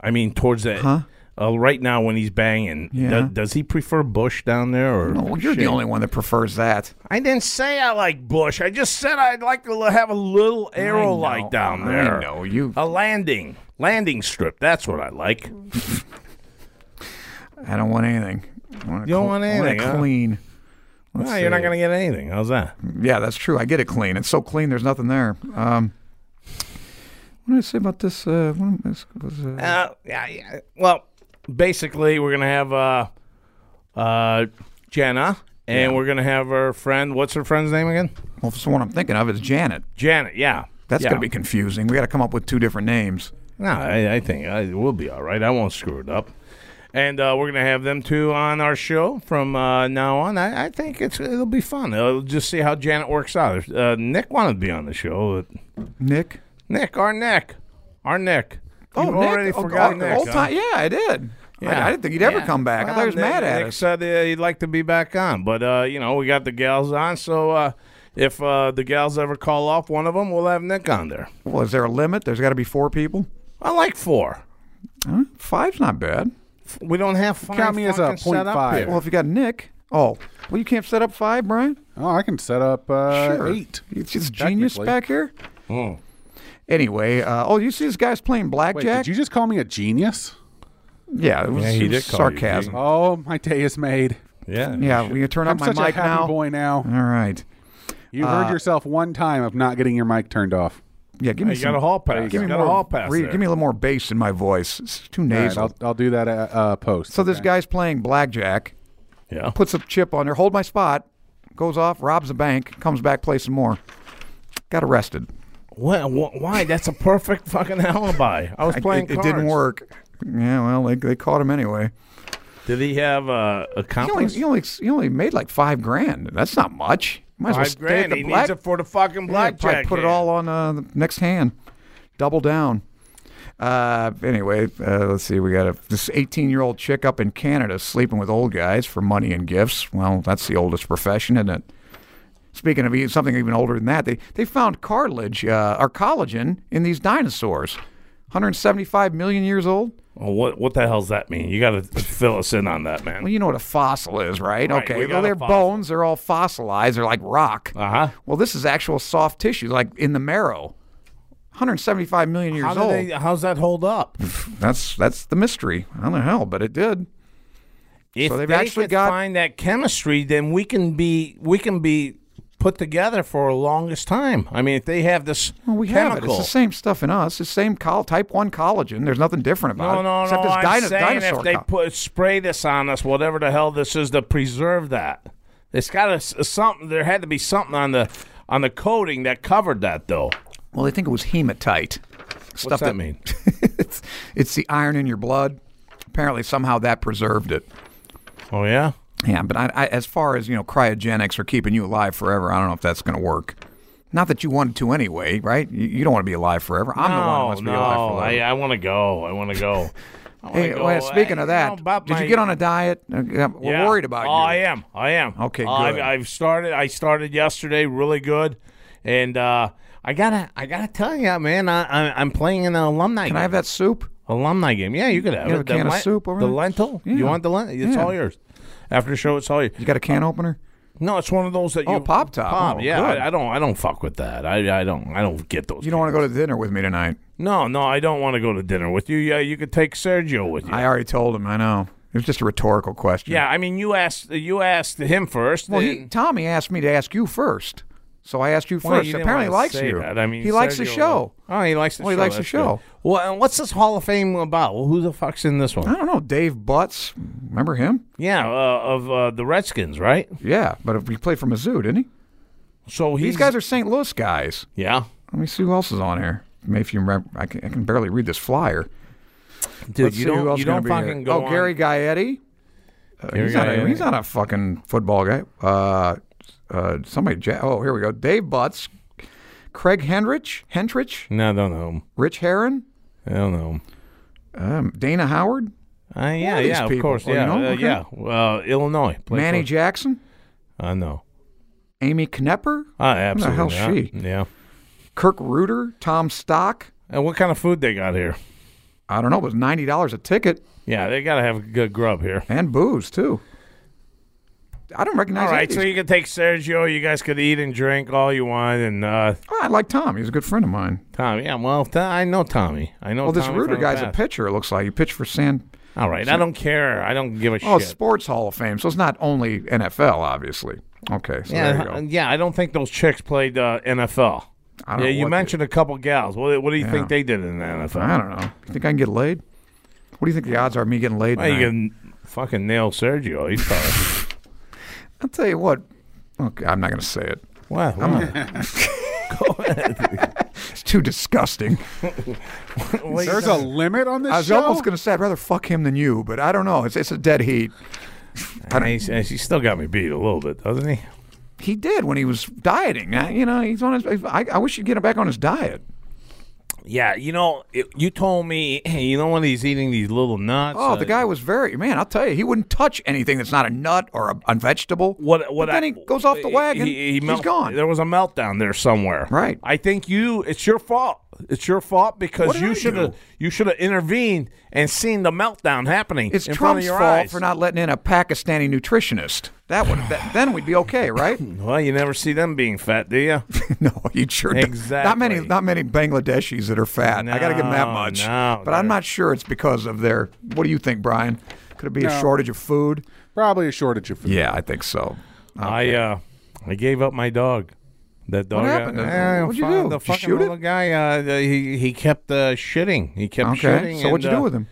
C: I mean, towards the huh? uh, right now when he's banging, do-
D: Yeah.
C: does he prefer Bush down there or?
D: oh, you're the only one that prefers that.
C: I didn't say I like Bush. I just said I'd like to l- have a little arrow like down
D: I
C: there.
D: know, you-
C: a landing landing strip. That's what I like.
D: I don't want anything. I want
C: You don't want anything, huh?
D: Clean.
C: No, you're not gonna get anything. How's that?
D: Yeah, that's true. I get it clean. It's so clean. There's nothing there. Um, what did I say about this? Uh, what was, was, uh,
C: Uh, yeah, yeah. Well, basically, we're gonna have uh, uh, Jenna, and we're gonna have her friend. What's her friend's name again?
D: well, if it's the one I'm thinking of. It's Janet.
C: Janet. Yeah.
D: That's
C: Yeah.
D: gonna be confusing. We got to come up with two different names.
C: No, I, I think I, we'll be all right. I won't screw it up. And uh, we're going to have them two on our show from uh, now on. I, I think it's it'll be fun. Uh, We'll just see how Janet works out. Uh, Nick wanted to be on the show. but-
D: Nick.
C: Nick, our Nick. Our Nick.
D: Oh,
C: You've
D: Nick.
C: already
D: Oh,
C: forgot
D: oh,
C: Nick.
D: old
C: huh?
D: time. Yeah, I did. I, I didn't think he'd ever
C: Yeah.
D: come back. I
C: Well,
D: thought he was
C: Nick-
D: mad at
C: Nick
D: us.
C: said uh, he'd like to be back on, but uh, you know we got the gals on, so uh, if uh, the gals ever call off one of them, we'll have Nick on there.
D: Well, is there a limit? There's got to be four people.
C: I like four.
D: Huh? Five's not bad.
C: We don't have five.
E: Count me as a
C: fucking set
E: point
C: up
E: five.
C: here.
D: Well, if you got Nick, oh, well, you can't set up five, Brian.
E: Oh, I can set up uh,
D: Sure.
E: eight.
D: It's just genius
E: Technically.
D: back here.
C: Mm.
D: Anyway, uh, oh, you see this guy's playing
E: Wait,
D: blackjack.
E: did you just call me a genius?
D: Yeah, it was,
C: Yeah, he
D: it was
C: did call you,
D: sarcasm.
E: Oh, my day is made.
C: Yeah.
D: yeah, will you turn
E: I'm
D: up my
E: such
D: mic
E: a happy
D: now? Mm-hmm. Uh,
E: boy now.
D: All right.
E: You heard yourself one time of not getting your mic turned off.
D: Yeah, give me
C: You
D: some.
C: got a hall pass.
D: give me
C: You got a
D: more
C: hall pass.
D: re-
C: there.
D: Give me a little more bass in my voice. It's too
E: All right,
D: nasal.
E: I'll, I'll do that uh, uh, post.
D: so this guy's playing blackjack,
C: yeah.
D: puts a chip on there, hold my spot, goes off, robs a bank, comes back, plays some more. Got arrested.
C: What, wh- why? That's a perfect fucking alibi. I was
D: I-
C: playing.
D: it, it didn't
C: cards.
D: work. Yeah, well, they, they caught him anyway.
C: Did he have uh, a
D: He only,
C: accomplice?
D: he, only, he only made like five grand. That's not much. Might as well
C: Five
D: stay at
C: grand.
D: the
C: He
D: black-
C: needs it for the fucking
D: Yeah, probably
C: blackjack.
D: put it
C: game.
D: all on uh, the next hand. Double down. Uh, anyway, uh, let's see. We got a, this 18-year-old chick up in Canada sleeping with old guys for money and gifts. Well, that's the oldest profession, isn't it? Speaking of e- something even older than that, they, they found cartilage uh, or collagen in these dinosaurs. 175 million years old.
C: Well, what what the hell's that mean? You got to fill us in on that,
D: Well,
C: man.
D: you know what a fossil is,
C: Right,
D: right?
C: we
D: okay.
C: got
D: Well,
C: a
D: they're
C: fossil.
D: bones. They're all fossilized. They're like rock.
C: Uh huh.
D: Well, this is actual soft tissue, like in the marrow. 175 million years
C: How do
D: old.
C: they, how's that hold up?
D: That's that's the mystery. I don't know how, but it did.
C: If
D: they've
C: they
D: actually
C: could
D: got-
C: find that chemistry, then we can be we can be put together for a longest time. I mean, if they have this
D: Well, we
C: chemical,
D: have it. It's the same stuff in us. It's the same col- type one collagen. There's nothing different about
C: No,
D: it.
C: no,
D: except
C: no.
D: It's
C: I'm
D: dino-
C: saying
D: dinosaur
C: if they
D: col-
C: put spray this on us, whatever the hell this is to preserve that, it's got to something. There had to be something on the on the coating that covered that, though.
D: Well, they think it was hematite. Stuff
C: What's that mean?
D: it's, it's the iron in your blood. Apparently, somehow that preserved it.
C: Oh yeah.
D: Yeah, but I, I, as far as you know, cryogenics or keeping you alive forever, I don't know if that's going to work. Not that you wanted to anyway, right? You, you don't want to be alive forever. I'm the one who
C: No,
D: wants to
C: no,
D: be alive forever.
C: I, I want to go. I want to go. I wanna
D: Hey,
C: go.
D: well, speaking
C: I- know
D: of that,
C: about
D: did
C: my-
D: you get on a diet? Uh, yeah, We're
C: Yeah.
D: worried about
C: oh,
D: you.
C: I am. I am.
D: Okay,
C: Uh, I've,
D: good.
C: I've started. I started yesterday, really good, and uh, I gotta. I gotta tell you, man. I, I, I'm playing in an alumni.
D: Can
C: game.
D: I have that soup?
C: alumni game? Yeah, you could have
D: You have
C: it.
D: a can of soup over
C: the
D: there?
C: lentil. You
D: Yeah.
C: want the lentil? It's
D: Yeah.
C: all yours. After the show, it's all yours.
D: You got a can opener?
C: No, it's one of those that you
D: Oh, Pop Top.
C: Pop,
D: Oh,
C: yeah,
D: good.
C: I, I don't. I don't fuck with that. I, I don't. I don't get those.
D: You don't want to go to dinner with me tonight.
C: No, no, I don't want to go to dinner with you. Yeah, you could take Sergio with you.
D: I already told him. I know. It was just a rhetorical question.
C: yeah, I mean, you asked. You asked him first.
D: Well, he,
C: and-
D: Tommy asked me to ask you first, so I asked you
C: Well,
D: first.
C: you didn't
D: Apparently, he
C: wanna
D: likes
C: say
D: you.
C: that. I mean,
D: he likes the
C: Sergio-
D: show.
C: Oh, he likes the
D: Well,
C: show.
D: he likes the
C: That's
D: show.
C: good. Well, and what's this Hall of Fame about? Well, who the fuck's in this
D: I
C: one?
D: don't know. Dave Butts, remember him?
C: Yeah, uh, of uh, the Redskins, right?
D: Yeah, but he played for Mizzou, didn't he?
C: So he's,
D: These guys are St. Louis guys.
C: Yeah,
D: Let me see who else is on here. Maybe if you remember, I can, I can barely read this flyer.
C: dude,
D: Let's
C: you
D: see who
C: don't.
D: else
C: You
D: is gonna
C: don't
D: be
C: fucking
D: here.
C: go.
D: Oh,
C: on-
D: Gary Gaetti. Uh,
C: Gary
D: he's, not
C: Gaetti.
D: a, he's not a fucking football guy. Uh, uh, somebody. Ja- oh, here we go. Dave Butts, Craig Hendrich, Hendrich,
C: No, I don't know him.
D: Rich Herron,
C: I don't know him.
D: um, Dana Howard,
C: Uh, yeah,
D: these
C: yeah, of
D: people.
C: course,
D: Oh, you
C: yeah,
D: know?
C: uh,
D: Okay.
C: yeah. Uh, Illinois. played
D: Manny
C: for-
D: Jackson,
C: I know.
D: Amy Knepper,
C: Uh, absolutely.
D: hell's
C: not.
D: she?
C: Yeah.
D: Kirk Reuter, Tom Stock.
C: And what kind of food they got here?
D: I don't know. It was ninety dollars a ticket
C: Yeah, they gotta have good grub here.
D: and booze too. I don't recognize.
C: All
D: any
C: right,
D: of these
C: so you can take Sergio. You guys could eat and drink all you want, and uh,
D: Oh, I like Tom. He's a good friend of mine.
C: Tommy. Yeah, well, Th- I know Tommy. I know.
D: Well, this
C: Tommy
D: Reuter
C: from the
D: guy's a
C: past.
D: pitcher. It looks like he pitched for San.
C: All right, I don't care. I don't give a
D: Oh, it's
C: shit.
D: Sports Hall of Fame. So it's not only NFL, obviously. Okay, so
C: yeah,
D: there you go.
C: yeah. I don't think those chicks played uh, NFL.
D: I don't
C: Yeah,
D: know
C: you
D: what
C: mentioned a couple gals. What, what do you
D: Yeah.
C: think they did in the NFL?
D: the- I don't know. You think I can get laid? What do you think the odds are of me getting laid?
C: Well, you
D: tonight?
C: can fucking nail Sergio. He's probably.
D: I'll tell you what. Okay, I'm not going to say it.
C: wow, wow.
D: It's too disgusting.
E: There's a limit on this
D: I was
E: show.
D: almost going to say I'd rather fuck him than you, but I don't know. It's, it's a dead heat.
C: And he's, and he's still got me beat a little bit, doesn't he?
D: He did when he was dieting. I, you know, he's on his. I, I wish he'd get him back on his diet.
C: Yeah, you know, it, you told me, hey, you know, when he's eating these little nuts.
D: Oh,
C: uh,
D: the guy was very man. I'll tell you, he wouldn't touch anything that's not a nut or a, a vegetable.
C: What? What?
D: But then
C: I-
D: he goes off the wagon.
C: melt-
D: he's gone.
C: There was a meltdown there somewhere.
D: Right.
C: I think you. It's your fault. It's your fault because
D: What did
C: you
D: I
C: should have
D: do?
C: you should have intervened and seen the meltdown happening.
D: It's
C: in front of
D: Trump's
C: your
D: fault
C: eyes.
D: for not letting in a Pakistani nutritionist. That would that, then we'd be okay, right?
C: Well, you never see them being fat, do you?
D: no, you sure don't. Not many,
C: Exactly.
D: not many Bangladeshis that are fat. I got to give them that
C: No,
D: much.
C: no,
D: but I'm
C: they're-
D: not sure it's because of their. What do you think, Brian? Could it be a
E: No.
D: shortage of food?
E: Probably a shortage of food.
D: Yeah, I think so.
C: I uh, I gave up my dog. That dog.
D: happened?
C: Uh, eh,
D: What'd you
C: fu- The
D: do? Did you
C: fucking
D: shoot it?
C: little guy. Uh, the- he he kept uh, shitting. He kept
D: Okay,
C: shitting.
D: so what'd you
C: and,
D: do
C: uh,
D: with him?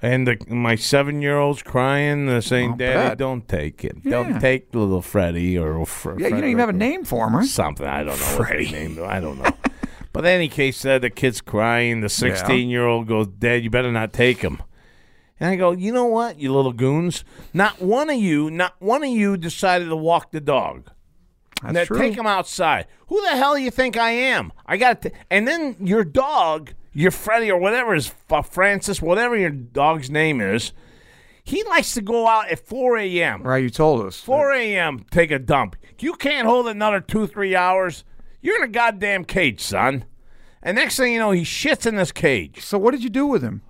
C: And the, my seven-year-old's crying, uh, saying,
D: I'll
C: "Daddy,
D: bet.
C: don't take it.
D: Yeah.
C: Don't take little Freddie or Fr-
D: Yeah, you don't even have a name for him, right?
C: something. I don't know what they named him. I don't know. but in any case, uh, the kid's crying. The 16 year old goes, Dad, you better not take him. And I go, You know what, you little goons? Not one of you, not one of you decided to walk the dog.
D: That's
C: Now
D: true.
C: take him outside. Who the hell you think I am? I got to. And then your dog, your Freddy or whatever is uh, Francis, whatever your dog's name is, he likes to go out at 4 a.m.
D: right, you told us.
C: 4 a.m. Take a dump. You can't hold another two, three hours. You're in a goddamn cage, son. And next thing you know, he shits in this cage.
D: So what did you do with him?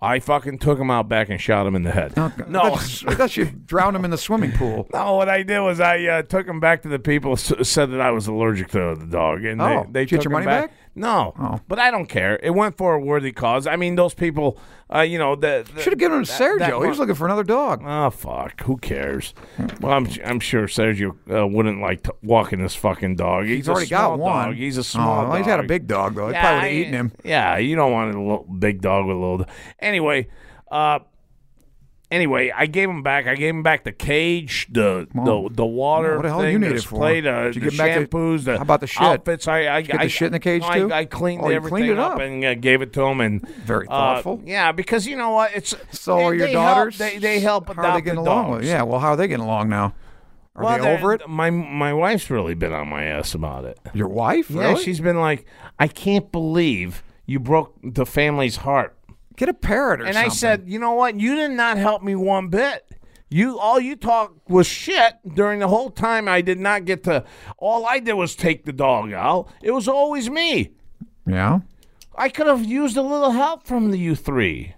C: I fucking took him out back and shot him in the head.
D: I
C: No,
D: thought you- I thought you drowned him in the swimming pool.
C: no. What I did was I uh, took him back to the people. S- said that I was allergic to the dog, and
D: Oh,
C: they, they
D: did you get
C: took
D: your
C: him
D: money
C: back.
D: back?
C: No,
D: Oh.
C: but I don't care. It went for a worthy cause. I mean, those people, uh, you know, the, the
D: Should have given him to Sergio.
C: that
D: he was
C: one-
D: looking for another dog.
C: Oh fuck! Who cares? Well, I'm I'm sure Sergio uh, wouldn't like t- walking this fucking dog. He's,
D: He's already
C: a small
D: got one.
C: Dog. He's a small.
D: Oh, well, He's had a
C: dog.
D: big dog though. He
C: Yeah,
D: probably would
C: I-
D: have eaten him.
C: Yeah, you don't want a little big dog with a little. Anyway, uh, Anyway, I gave him back. I gave him back the cage, the
D: Wow.
C: the, the water.
D: What the hell
C: thing,
D: you need
C: this
D: it for?
C: Plate, uh,
D: Did you
C: the
D: get back the-
C: shampoos. the
D: how about the shit?
C: Outfits. I, I
D: Did you get
C: I-
D: the shit in the cage,
C: no, I-
D: too?
C: I, cleaned
D: Oh, you
C: everything
D: cleaned it
C: up.
D: up.
C: and uh, gave it to him. And
D: Very
C: uh,
D: thoughtful.
C: yeah, because you know what? It's
D: So
C: they,
D: are your
C: they
D: daughters?
C: Help, they they help
D: How are they
C: adopt
D: getting
C: the
D: along
C: dogs.
D: with? Yeah. Well, how are they getting along now? Are
C: well,
D: they
C: they're-
D: over it?
C: My my wife's really been on my ass about it.
D: Your wife?
C: Yeah,
D: really?
C: she's been like, I can't believe you broke the family's heart.
D: Get a parrot or
C: And
D: something.
C: I said, you know what? You did not help me one bit. You all you talked was shit during the whole time. I did not get to. All I did was take the dog out. It was always me.
D: Yeah.
C: I could have used a little help from the you three.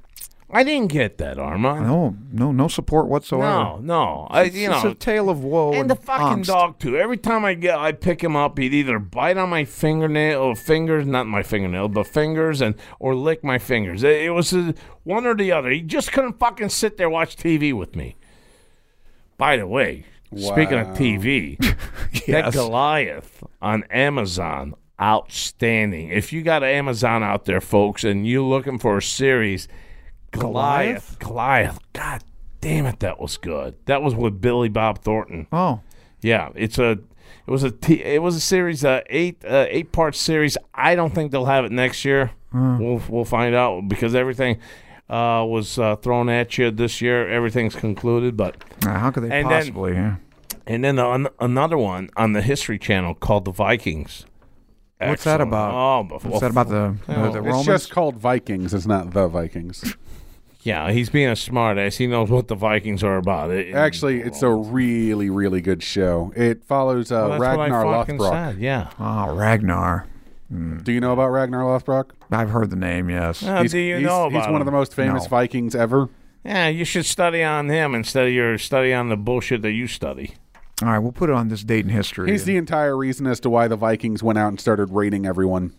C: I didn't get that, Arma.
D: No, no, no support whatsoever.
C: No, no. I, you
D: Oh, it's
C: know,
D: a tale of woe and,
C: and the fucking
D: angst.
C: dog too. Every time I get, I pick him up. He'd either bite on my fingernail, or fingers, not my fingernail, but fingers, and or lick my fingers. It, it was uh, one or the other. He just couldn't fucking sit there watch TV with me. By the way, speaking of TV, that
D: Yes.
C: Goliath on Amazon, outstanding. If you got Amazon out there, folks, and you're looking for a series, Goliath, Goliath, God. Damn it, that was good. That was with Billy Bob Thornton.
D: Oh,
C: Yeah, it's a it was a t- it was a series uh, eight uh, eight part series. I don't think they'll have it next year.
E: Hmm.
C: We'll we'll find out because everything uh, was uh, thrown at you this year. Everything's concluded, but
D: now how could they
C: And then-
D: possibly? yeah.
C: and then on, another one on the History Channel called the Vikings.
D: What's that
C: Excellent.
D: about?
C: Oh, but-
D: What's that about the, the, the
E: It's
D: Romans?
E: just called Vikings. It's not the Vikings.
C: Yeah, he's being a smartass. He knows what the Vikings are about. It,
E: Actually, it's a really, really good show. It follows uh,
C: Well, that's what I
E: Ragnar
C: fucking
E: Lothbrok.
C: said, Yeah.
D: oh, Ragnar.
E: Do you know about Ragnar Lothbrok?
D: I've heard the name. Yes.
C: How do you
E: he's,
C: know
E: he's
C: about
E: one of
C: him?
E: the most famous
D: No.
E: Vikings ever.
C: Yeah, you should study on him instead of your study on the bullshit that you study.
D: All right, we'll put it on this date in history.
E: He's the entire reason as to why the Vikings went out and started raiding everyone.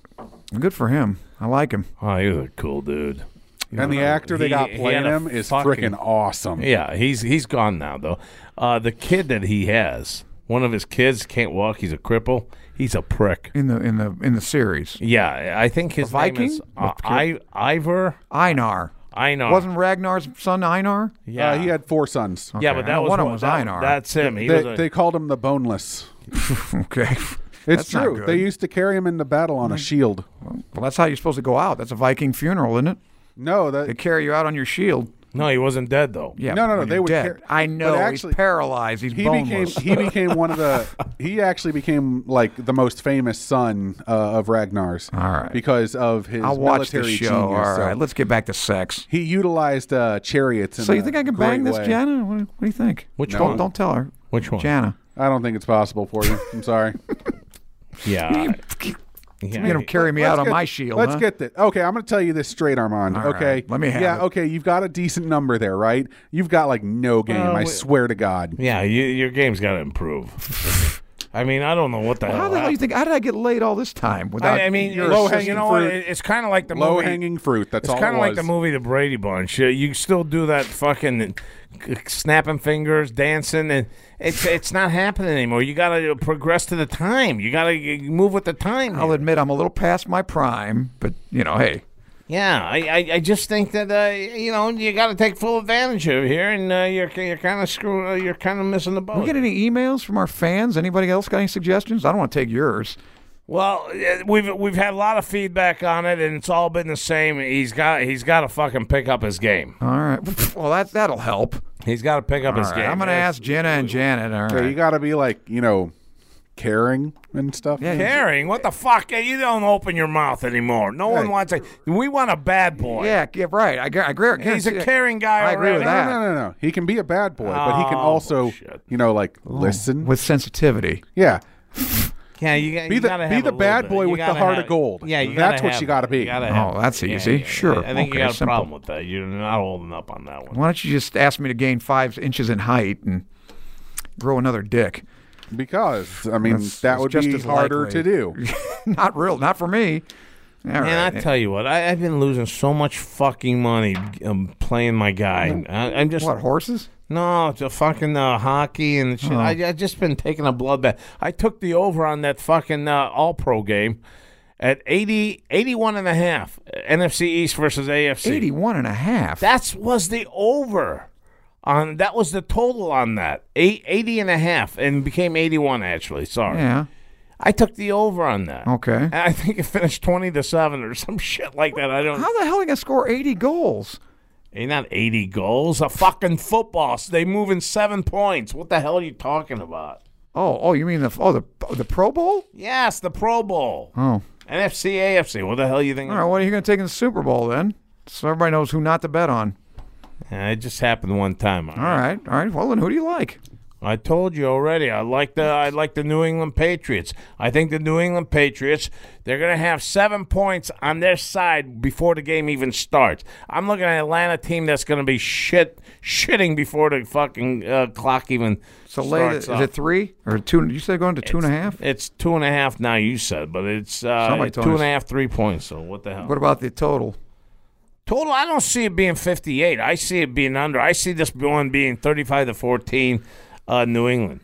D: Good for him. I like him.
C: Oh, he was a cool dude.
E: and the actor they
C: He-
E: got
C: he
E: playing
C: had a
E: him is
C: fucking-
E: freaking awesome.
C: Yeah, he's he's gone now though. Uh, the kid that he has, one of his kids can't walk. He's a cripple. He's a prick.
D: In the in the in the series,
C: Yeah, I think his
D: A Viking?
C: name is uh, I, Ivar
D: Einar
C: Einar.
D: wasn't Ragnar's son Einar.
C: yeah,
E: Uh, he had four sons.
C: yeah,
D: Okay.
C: but that
D: No,
C: was
D: one of
C: one-
D: them was
C: that-
D: Einar.
C: That's him. He
E: They,
C: was a-
E: they called him the Boneless.
D: Okay,
E: It's
D: That's not
E: true.
D: good.
E: They used to carry him into battle
C: Mm.
E: on a shield.
D: well, that's how you're supposed to go out. That's a Viking funeral, isn't it?
E: No,
D: They
E: that
D: carry you out on your shield.
C: no, he wasn't dead though.
D: Yeah.
E: No, no, no,
D: when
E: they
D: you're
E: would
D: dead.
E: carry-
D: I
E: but
D: know.
E: actually,
D: he's paralyzed. He's
E: he became
D: boneless.
E: he became one of the he actually became like the most famous son uh, of Ragnar's. All
D: right.
E: because of his
D: I'll watch
E: military
D: this show.
E: genius.
D: All
E: so
D: right, let's get back to sex.
E: he utilized uh, chariots. In
D: So you
E: a
D: think I can
E: great
D: bang this
E: way.
D: Jana? What, what do you think?
C: Which
D: don't,
C: one?
D: Don't tell her.
C: Which one?
D: Jana.
E: I don't think it's possible for you. I'm sorry.
C: Yeah. yeah.
D: You don't carry me
E: Let's
D: out on
E: get-
D: my shield.
E: Let's
D: huh?
E: get this. Okay, I'm going to tell you this straight, Armand.
D: All right,
E: okay,
D: let me have
E: Yeah,
D: it.
E: okay. You've got a decent number there, right? You've got like
C: Oh,
E: no game. I swear to God.
C: Yeah, you, your game's got to improve. I mean, I don't know what the hell.
D: How the hell do you
C: happened.
D: think? How did I get laid all this time without?
C: I, I mean,
E: You're
C: it's-
E: low-hanging
C: you know what?
E: fruit.
C: It- It's kind of like the
E: Low
C: movie-
E: hanging fruit. That's
C: It's
E: all.
C: kind
E: it
C: of like
E: was.
C: the movie The Brady Bunch. Uh, You still do that fucking uh, snapping fingers, dancing, and it's it's not happening anymore. You got to progress to the time. You got to move with the time.
D: I'll admit I'm a little past my prime, but you know, hey,
C: Yeah, I, I, I just think that uh, you know you got to take full advantage of here, and uh, you're you're kind of screw uh, you're kind of missing the
D: we
C: boat.
D: get any emails from our fans? Anybody else got any suggestions? I don't want to take yours.
C: Well, uh, we've we've had a lot of feedback on it, and it's all been the same. He's got he's got to fucking pick up his game.
D: All right. Well, that that'll help.
C: He's got to pick up
D: All
C: his
D: right,
C: game.
D: I'm gonna ask Jenna and Janet. All
E: So
D: right.
E: you got to be like you know, caring and stuff.
C: Caring? What the fuck? You don't open your mouth anymore. No one
E: Hey.
C: wants a. We want a bad boy.
D: yeah, yeah, right. I, gu- I agree.
C: He's a caring guy
D: I agree with
C: already.
E: No,
D: that.
E: no, no, no. He can be a bad boy, but
D: Oh,
E: he can also,
C: bullshit.
E: you know, like listen.
D: With sensitivity.
E: yeah,
C: Yeah, you, got-
E: Be
C: you
E: the-
C: gotta
E: be
C: have
E: the
C: a little
E: bad
C: bit.
E: boy
C: You
E: with the
C: gotta
E: heart of
C: have-
E: gold.
C: Yeah, you
E: That's
C: gotta
E: what you
C: have
E: gotta
C: it.
E: be.
C: You gotta
D: Oh,
C: have it.
D: that's
C: Yeah,
D: easy.
C: yeah, yeah.
D: Sure.
C: I think
D: Okay,
C: you got a
D: simple.
C: problem with that. You're not holding up on that one.
D: Why don't you just ask me to gain five inches in height and grow another dick?
E: because I mean
D: That's-
E: that
D: it's
E: would
D: just
E: be
D: as
E: harder
D: likely.
E: to do.
D: not real. Not for me. All right.
C: Man, I tell you what, I, I've been losing so much fucking money um, playing my guy. I, I'm just
D: what horses?
C: no, the fucking uh, hockey and
D: Oh.
C: shit. I, I just been taking a bloodbath. I took the over on that fucking uh, All Pro game at 80, 81 and a half. uh, NFC East versus AFC.
D: 81 and a half.
C: That's was the over. on that was the total on that Eight, 80 and a half and became 81 actually sorry
D: Yeah.
C: i took the over on that
D: Okay.
C: and i think it finished 20 to 7 or some shit like that i don't
D: How the hell are they gonna score 80 goals?
C: Hey, not 80 goals a fucking football so they move in seven points what the hell are you talking about
D: Oh, oh, you mean the oh the the Pro Bowl?
C: yes the pro bowl
D: Oh,
C: nfc afc what the hell you think
D: all right. What are you gonna take in the Super Bowl then? So everybody knows who not to bet on.
C: it just happened one time all
D: All right, all right. Well, then who do you like?
C: I told you already. I like the I like the New England Patriots. I think the New England Patriots they're going to have seven points on their side before the game even starts. I'm looking at an Atlanta team that's going to be shit shitting before the fucking uh, clock even
D: So late
C: starts.
D: is it three or two? You said going to two and a half.
C: It's two and a half now. You said, but it's uh,
D: Somebody
C: two
D: told
C: and
D: us.
C: a half, three points. So what the hell?
D: What about the total?
C: Total, I don't see it being 58. I see it being under. I see this one being 35 to 14, uh, New England.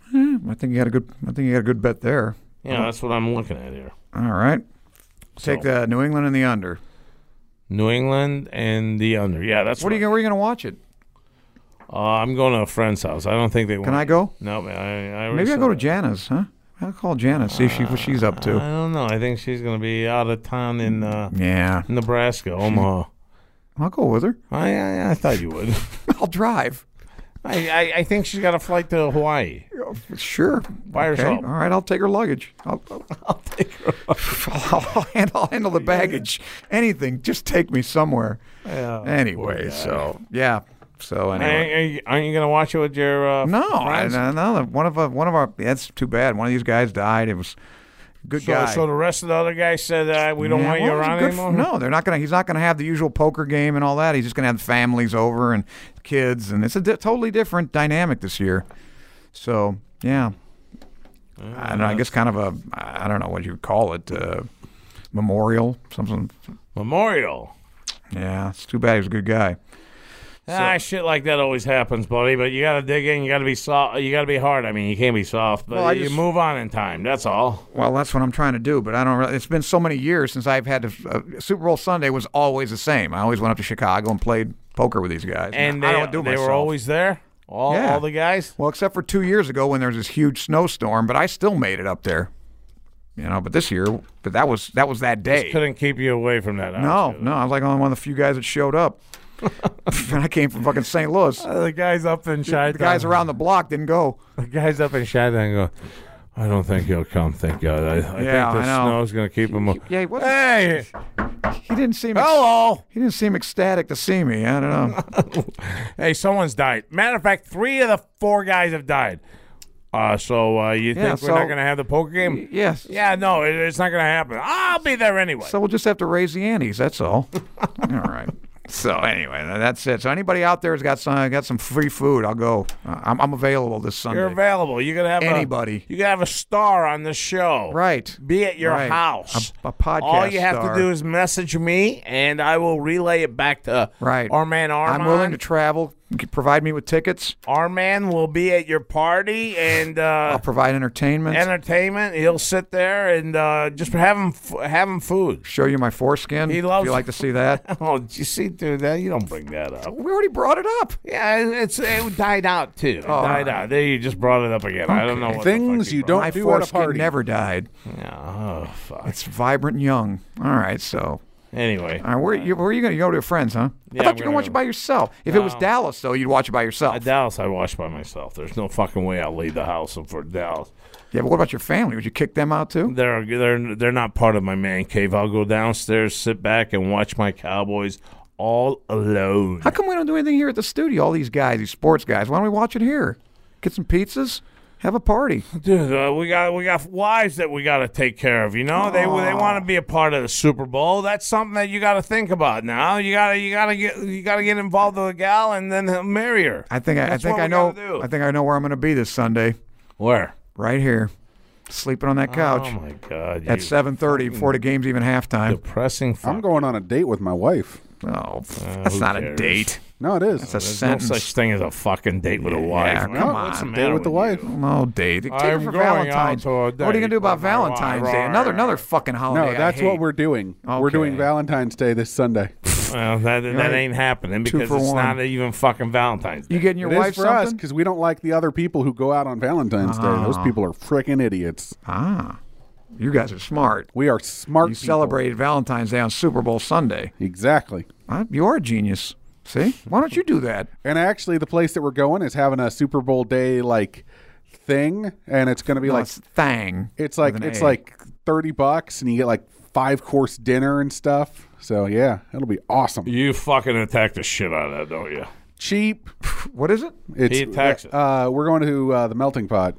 D: I think you had a good. I think you had a good bet there.
C: You know, that's what I'm looking at here.
D: All right. Take the New England and the under.
C: New England and the under. Yeah, that's
D: What are you gonna, where are you going to watch it?
C: Uh, I'm going to a friend's house. I don't think they want.
D: Can I go?
C: No, man. I, I already
D: Maybe I
C: said
D: go to
C: that.
D: Jana's, huh? I'll call Jana see if she, what she's up
C: I
D: to.
C: don't know. I think she's going to be out of town in uh,
D: Mm, Yeah,
C: Nebraska, Omaha.
D: I'll go with her.
C: I, I I thought you would.
D: I'll drive.
C: I, I I think she's got a flight to Hawaii.
D: Sure.
C: By herself.
D: All right, I'll take her luggage. I'll, I'll,
C: I'll take her.
D: I'll, handle, I'll handle the baggage. Anything. Just take me somewhere.
C: Yeah,
D: anyway, so yeah. So anyway.
C: Aren't, aren't you going to watch it with your? Uh,
D: no, I,
C: friends?
D: no, no. One of our, one of our. That's too bad. One of these guys died. It was a good
C: So,
D: guy.
C: so the rest of the other guys said uh, we don't
D: Yeah,
C: want you
D: well, it was a
C: around
D: good
C: anymore.
D: f- no, they're not gonna. He's not gonna have the usual poker game and all that. He's just gonna have families over and kids, and it's a di- totally different dynamic this year. So yeah, I don't know. I guess kind of a I don't know what you would call it, uh, memorial something.
C: Memorial.
D: Yeah, it's too bad he was a good guy.
C: ah, shit like that always happens, buddy. But you gotta dig in. You gotta be soft. You gotta be hard. I mean, you can't be soft. But
D: Well, I
C: you
D: just-
C: move on in time. That's all.
D: Well, that's what I'm trying to do, but I don't. Really, it's been so many years since I've had to. Uh, Super Bowl Sunday was always the same. I always went up to Chicago and played poker with these guys.
C: And
D: I
C: they,
D: don't do
C: they were
D: myself.
C: always there. All,
D: Yeah.
C: all the guys.
D: Well, except for two years ago when there was this huge snowstorm, but I still made it up there. You know, but this year, but that was that was that day.
C: Couldn't keep you away from that.
D: No, no, I was like only one of the few guys that showed up, and I came from fucking St. Louis.
C: the guys up in Chi.
D: The guys around the block didn't go.
C: The guys up in Chi go. I don't think he'll come. Thank God. I, I
D: Yeah,
C: think the
D: I know.
C: snow's gonna keep him. up.
D: Yeah, he wasn't.
C: Hey,
D: He didn't seem.
C: hello.
D: He didn't seem ecstatic to see me. I don't know.
C: Hey, someone's died. Matter of fact, three of the four guys have died. Uh, so uh, you
D: Yeah,
C: think we're not
D: so-
C: going to have the poker game?
D: yes.
C: Yeah, no, it, it's not going to happen. I'll be there anyway.
D: So we'll just have to raise the antes. That's all. all right. So anyway, tha- that's it. So anybody out there has got some got some free food, I'll go. Uh, I'm, I'm available this Sunday.
C: You're available. You're gonna have
D: Anybody.
C: A, you gonna have a star on the show.
D: Right.
C: Be at your
D: Right.
C: house.
D: A- a podcast
C: All you have
D: star.
C: to do is message me, and I will relay it back to
D: Right.
C: our man Armand.
D: I'm willing to travel. C- Provide me with tickets.
C: Our man will be at your party, and uh,
D: I'll provide entertainment.
C: entertainment. He'll sit there and uh, just have him f- have him food.
D: show you my foreskin.
C: He loves-
D: If you like to see that.
C: Oh, did you see, dude, that you don't bring that up.
D: we already brought it up.
C: Yeah, it- it's it died out too. It
D: Oh,
C: died out. There, you just brought it up again. I don't know what the
E: Things
C: fuck
E: you
C: brought
E: don't
D: my
E: do at a
D: foreskin
E: party.
D: never died.
C: up. Yeah, oh fuck.
D: It's vibrant and young. All right, so.
C: Anyway,
D: All right, where, you, where are you going to go to your friends, huh?
C: Yeah, I'm
D: I thought you were
C: gonna
D: going to watch
C: go.
D: it by yourself. If it was
C: No.
D: Dallas, though, you'd watch it by
C: at
D: yourself.
C: Dallas, I watched by myself. There's no fucking way I'll leave the house for Dallas.
D: Yeah, but what about your family? Would you kick them out, too?
C: They're they're they're not part of my man cave. I'll go downstairs, sit back, and watch my Cowboys all alone.
D: How come we don't do anything here at the studio? All these guys, these sports guys, why don't we watch it here? Get some pizzas, have a party.
C: Dude, uh, we got we got wives that we got to take care of. You know, they they want to be a part of the Super Bowl. That's something that you got to think about now. You gotta you gotta get you gotta get involved with a gal and then marry her.
D: I think I, I
C: That's
D: think
C: what
D: I
C: we
D: know.
C: gotta do.
D: I think I know where I'm going to be this Sunday.
C: Where?
D: Right here, sleeping on that couch.
C: Oh my God!
D: at
C: you
D: 7:30 before the game's even halftime.
C: depressing. Fuck.
E: I'm going on a date with my wife.
D: Oh, that's
C: Uh, who
D: not a
C: cares?
D: date.
E: No, it is.
D: It's a
C: There's
D: sentence.
C: no such thing as a fucking date with a wife.
D: Yeah,
C: man.
D: come
C: What's the
D: on.
C: matter
E: date with the
C: you?
E: wife.
D: no Oh, date. Take
C: I'm
D: it for
C: going out
D: Valentine's.
C: to a
D: what are you
C: date
D: gonna do about
C: with my wife.
D: Valentine's Day? Another another fucking holiday.
E: no,
D: I
E: that's
D: hate.
E: what we're doing. We're doing
D: Okay.
E: Valentine's Day this Sunday.
C: Well, that, that
D: right.
C: ain't happening
D: Two
C: because it's
D: for one.
C: not even fucking Valentine's Day.
D: You getting your
E: It is
D: wife
E: for us
D: something?
E: because we don't like the other people who go out on Valentine's Day. Those people are freaking idiots.
D: ah, you guys are smart.
E: We are smart.
D: You
E: people.
D: celebrated Valentine's Day on Super Bowl Sunday.
E: exactly.
D: Huh? You are a genius. See, why don't you do that?
E: And actually, the place that we're going is having a Super Bowl day like thing, and it's going to be
D: No,
E: like
D: it's thang.
E: it's like
D: with an
E: it's
D: A.
E: like thirty bucks, and you get like five course dinner and stuff. So yeah, it'll be awesome.
C: You fucking attack the shit out of that, don't you?
E: Cheap.
D: what is it?
E: It's
C: He attacks it.
E: Uh, we're going to uh, the melting pot.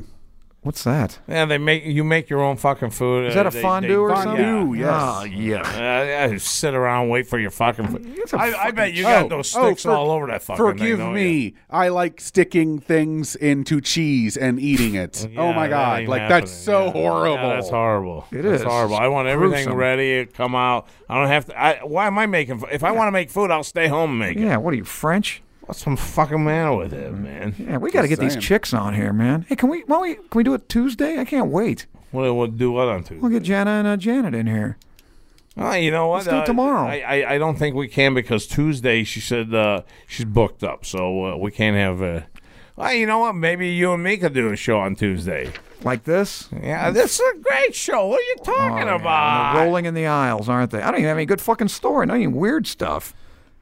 D: What's that?
C: Yeah, they make you make your own fucking food.
D: Is that a fondue or something?
E: Fondue, yes.
D: Oh, yeah.
C: Uh, yeah, you sit around wait for your fucking. Food.
D: a
C: I, I bet you got
E: Oh,
C: those
E: oh,
C: sticks
E: for-
C: all over that fucking thing.
E: Forgive
C: don't
E: me.
C: you?
E: I like sticking things into cheese and eating it. oh
C: Yeah,
E: my
C: that
E: god!
C: ain't
E: Like that's so
C: happening. Yeah.
E: horrible.
C: Yeah, that's horrible. It
D: is.
C: horrible. I want everything
D: gruesome.
C: ready. It come out. I don't have to. I, why am I making? If I want to make food, I'll stay home and make it.
D: Yeah. What are you French?
C: What's some fucking matter with it, man?
D: Yeah, we got to get
E: saying.
D: these chicks on here, man. Hey, can we? Why we? Can we do it Tuesday? I can't wait.
C: What we'll do what on Tuesday?
D: We'll get Jana and uh, Janet in here.
C: Oh, you know what?
D: Let's do it tomorrow.
C: I, I I don't think we can because Tuesday she said uh, she's booked up, so uh, we can't have. Uh, well, you know what? Maybe you and me could do a show on Tuesday.
D: Like this?
C: Yeah, this is a great show. What are you
D: Oh,
C: talking
D: yeah,
C: about?
D: they're rolling in the aisles, aren't they? I don't even have any good fucking story. Not even weird stuff.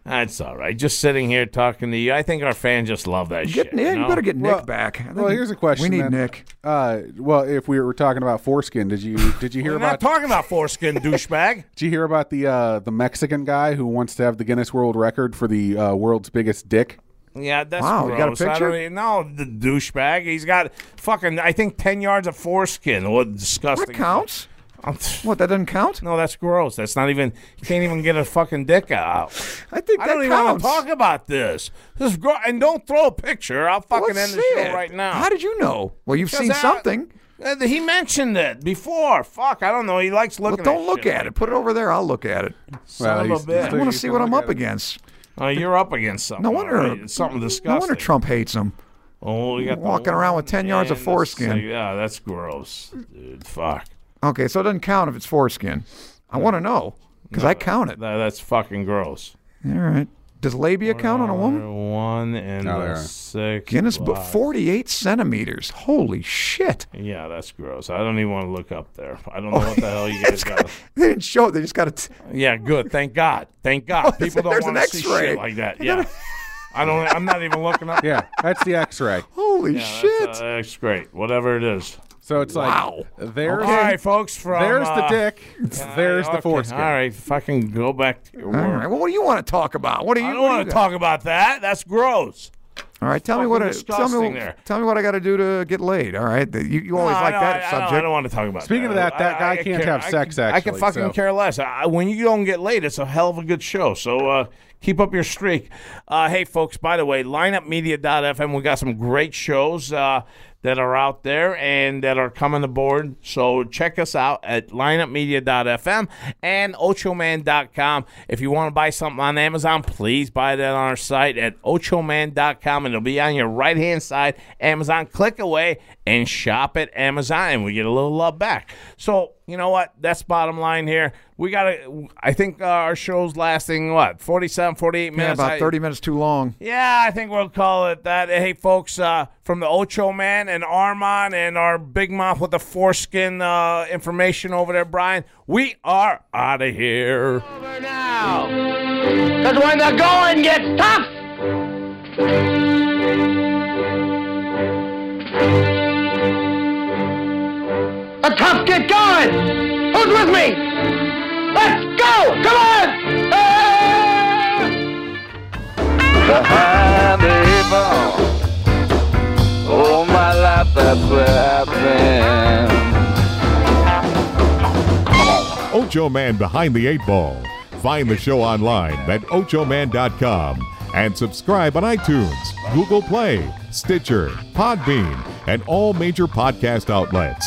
C: That's all right. Just sitting here talking to you. I think our fans just love that
D: Get,
C: shit.
D: yeah,
C: you
D: you
C: know?
D: better get
E: Well-
D: Nick back. I think
E: well, here's a question
D: We need
E: then.
D: Nick.
E: Uh, well, if we were talking about foreskin, did you did you hear
C: We're not
E: about
C: talking about foreskin, douchebag.
E: did you hear about the uh, the Mexican guy who wants to have the Guinness World Record for the uh, world's biggest dick?
C: Yeah, that's
D: Wow, you got a
C: gross. I
D: picture?
C: don't even- no, the douchebag. He's got fucking. I think ten yards of foreskin. What disgusting.
D: That counts. What? That doesn't count?
C: No, that's gross. That's not even. You can't even get a fucking dick out.
D: I think
C: I
D: that
C: don't even want
D: counts.
C: to talk about this. This is gross. And don't throw a picture. I'll fucking
D: Let's
C: end the
D: see
C: show
D: it.
C: right now.
D: How did you know? Well, you've
C: 'Cause
D: seen
C: I-
D: something.
C: Uh, he mentioned it before. Fuck, I don't know. He likes
D: Well,
C: looking.
D: don't
C: at
D: look
C: shit
D: at
C: like
D: it. Put it over there. I'll look at it.
E: Well,
C: Son of a
E: he's-
C: bitch.
D: I want
E: you
D: to see
E: can
D: what I'm
E: look
D: up
E: at it.
D: against.
C: Uh, you're up against something.
D: No wonder.
C: already. It's something disgusting.
D: No wonder Trump hates him.
C: Oh, you got the
D: walking around with 10 yards of
C: and the
D: foreskin.
C: six- Yeah, that's gross, dude. Fuck.
D: Okay, so it doesn't count if it's foreskin. I want to know because I count it.
C: That, that's fucking gross.
D: All right. Does labia count on a woman?
C: One and
E: No,
C: the
E: there are.
C: six.
D: Guinness Book,
C: block.
D: 48 centimeters. Holy shit.
C: Yeah, that's gross. I don't even want to look up there. I don't know what the hell you guys got.
D: They didn't show it. They just got it.
C: Yeah, good. Thank God. Thank God.
D: there's-
C: People don't
D: Oh, there's
C: want
D: an
C: to see
D: X-ray.
C: shit like that. Yeah. I don't. I'm not even looking up.
E: Yeah, that's the X-ray.
D: Holy
C: Yeah,
D: shit.
C: That's, uh, that's great. Whatever it is.
E: So it's
D: Wow.
E: like there's
C: All right, folks. From
E: there's the
C: uh,
E: dick,
C: all right,
E: there's
C: okay,
E: the foreskin.
C: All right, fucking go back to your work.
D: All right. Well, what do you want to talk about? What do you
C: I don't
D: what do you
C: want to
D: got?
C: talk about that. That's gross.
D: All right. Tell me what I,
C: Fucking
D: tell me
C: disgusting
D: what,
C: there.
D: tell me what I got to do to get laid. All right. The- You, you always
C: No,
D: like
C: I-
D: that
C: I- I don't-
D: subject.
C: I don't want to talk about
E: Speaking
C: that.
E: of that, that
C: I-
E: guy
C: I
E: can't
C: care-
E: have
C: I
E: sex,
C: can- I can
E: actually,
C: fucking
E: so.
C: care less. I, when you don't get laid, it's a hell of a good show. So uh, keep up your streak. Uh, hey, folks, by the way, lineupmedia.fm, we got some great shows uh, that are out there and that are coming aboard. So check us out at lineupmedia.fm and ochoman.com. If you want to buy something on Amazon, please buy that on our site at ochoman.com and it'll be on your right hand side. Amazon, click away and shop at Amazon and we get a little love back. So, you know what? That's bottom line here. We got to, I think uh, our show's lasting, what, 47, 48
D: yeah,
C: minutes?
D: about
C: I-
D: 30 minutes too long.
C: yeah, I think we'll call it that. Hey, folks, uh, from the Ocho Man and Armand and our big mouth with the foreskin uh, information over there, Brian, we are out of here.
F: over now. Because when the going gets tough, the tough get going. Who's with me? Let's go! Come on! Hey!
B: behind the eight ball. All my life that's where I've been.
A: Ocho Man Behind the Eight Ball. Find the show online at ochoman.com and subscribe on iTunes, Google Play, Stitcher, Podbean, and all major podcast outlets.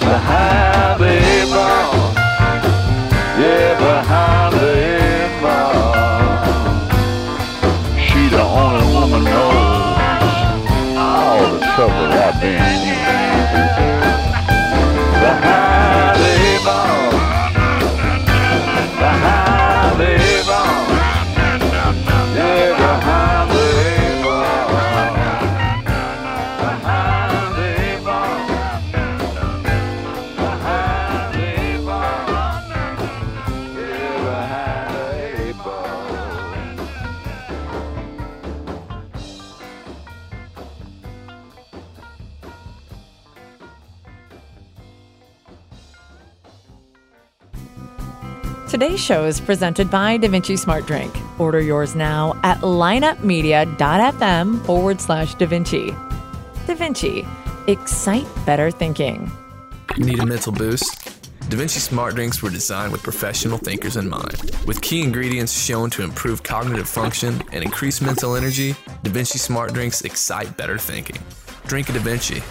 B: Behind the eight ball. Yeah, behind the eight ball. Today's show is presented by Da Vinci Smart Drink. Order yours now at lineupmedia.fm forward slash Da Vinci. Da Vinci, excite better thinking.
G: Need a mental boost? Da Vinci Smart Drinks were designed with professional thinkers in mind. With key ingredients shown to improve cognitive function and increase mental energy, Da Vinci Smart Drinks excite better thinking. Drink a Da Vinci.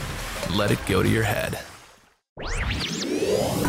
G: Let it go to your head.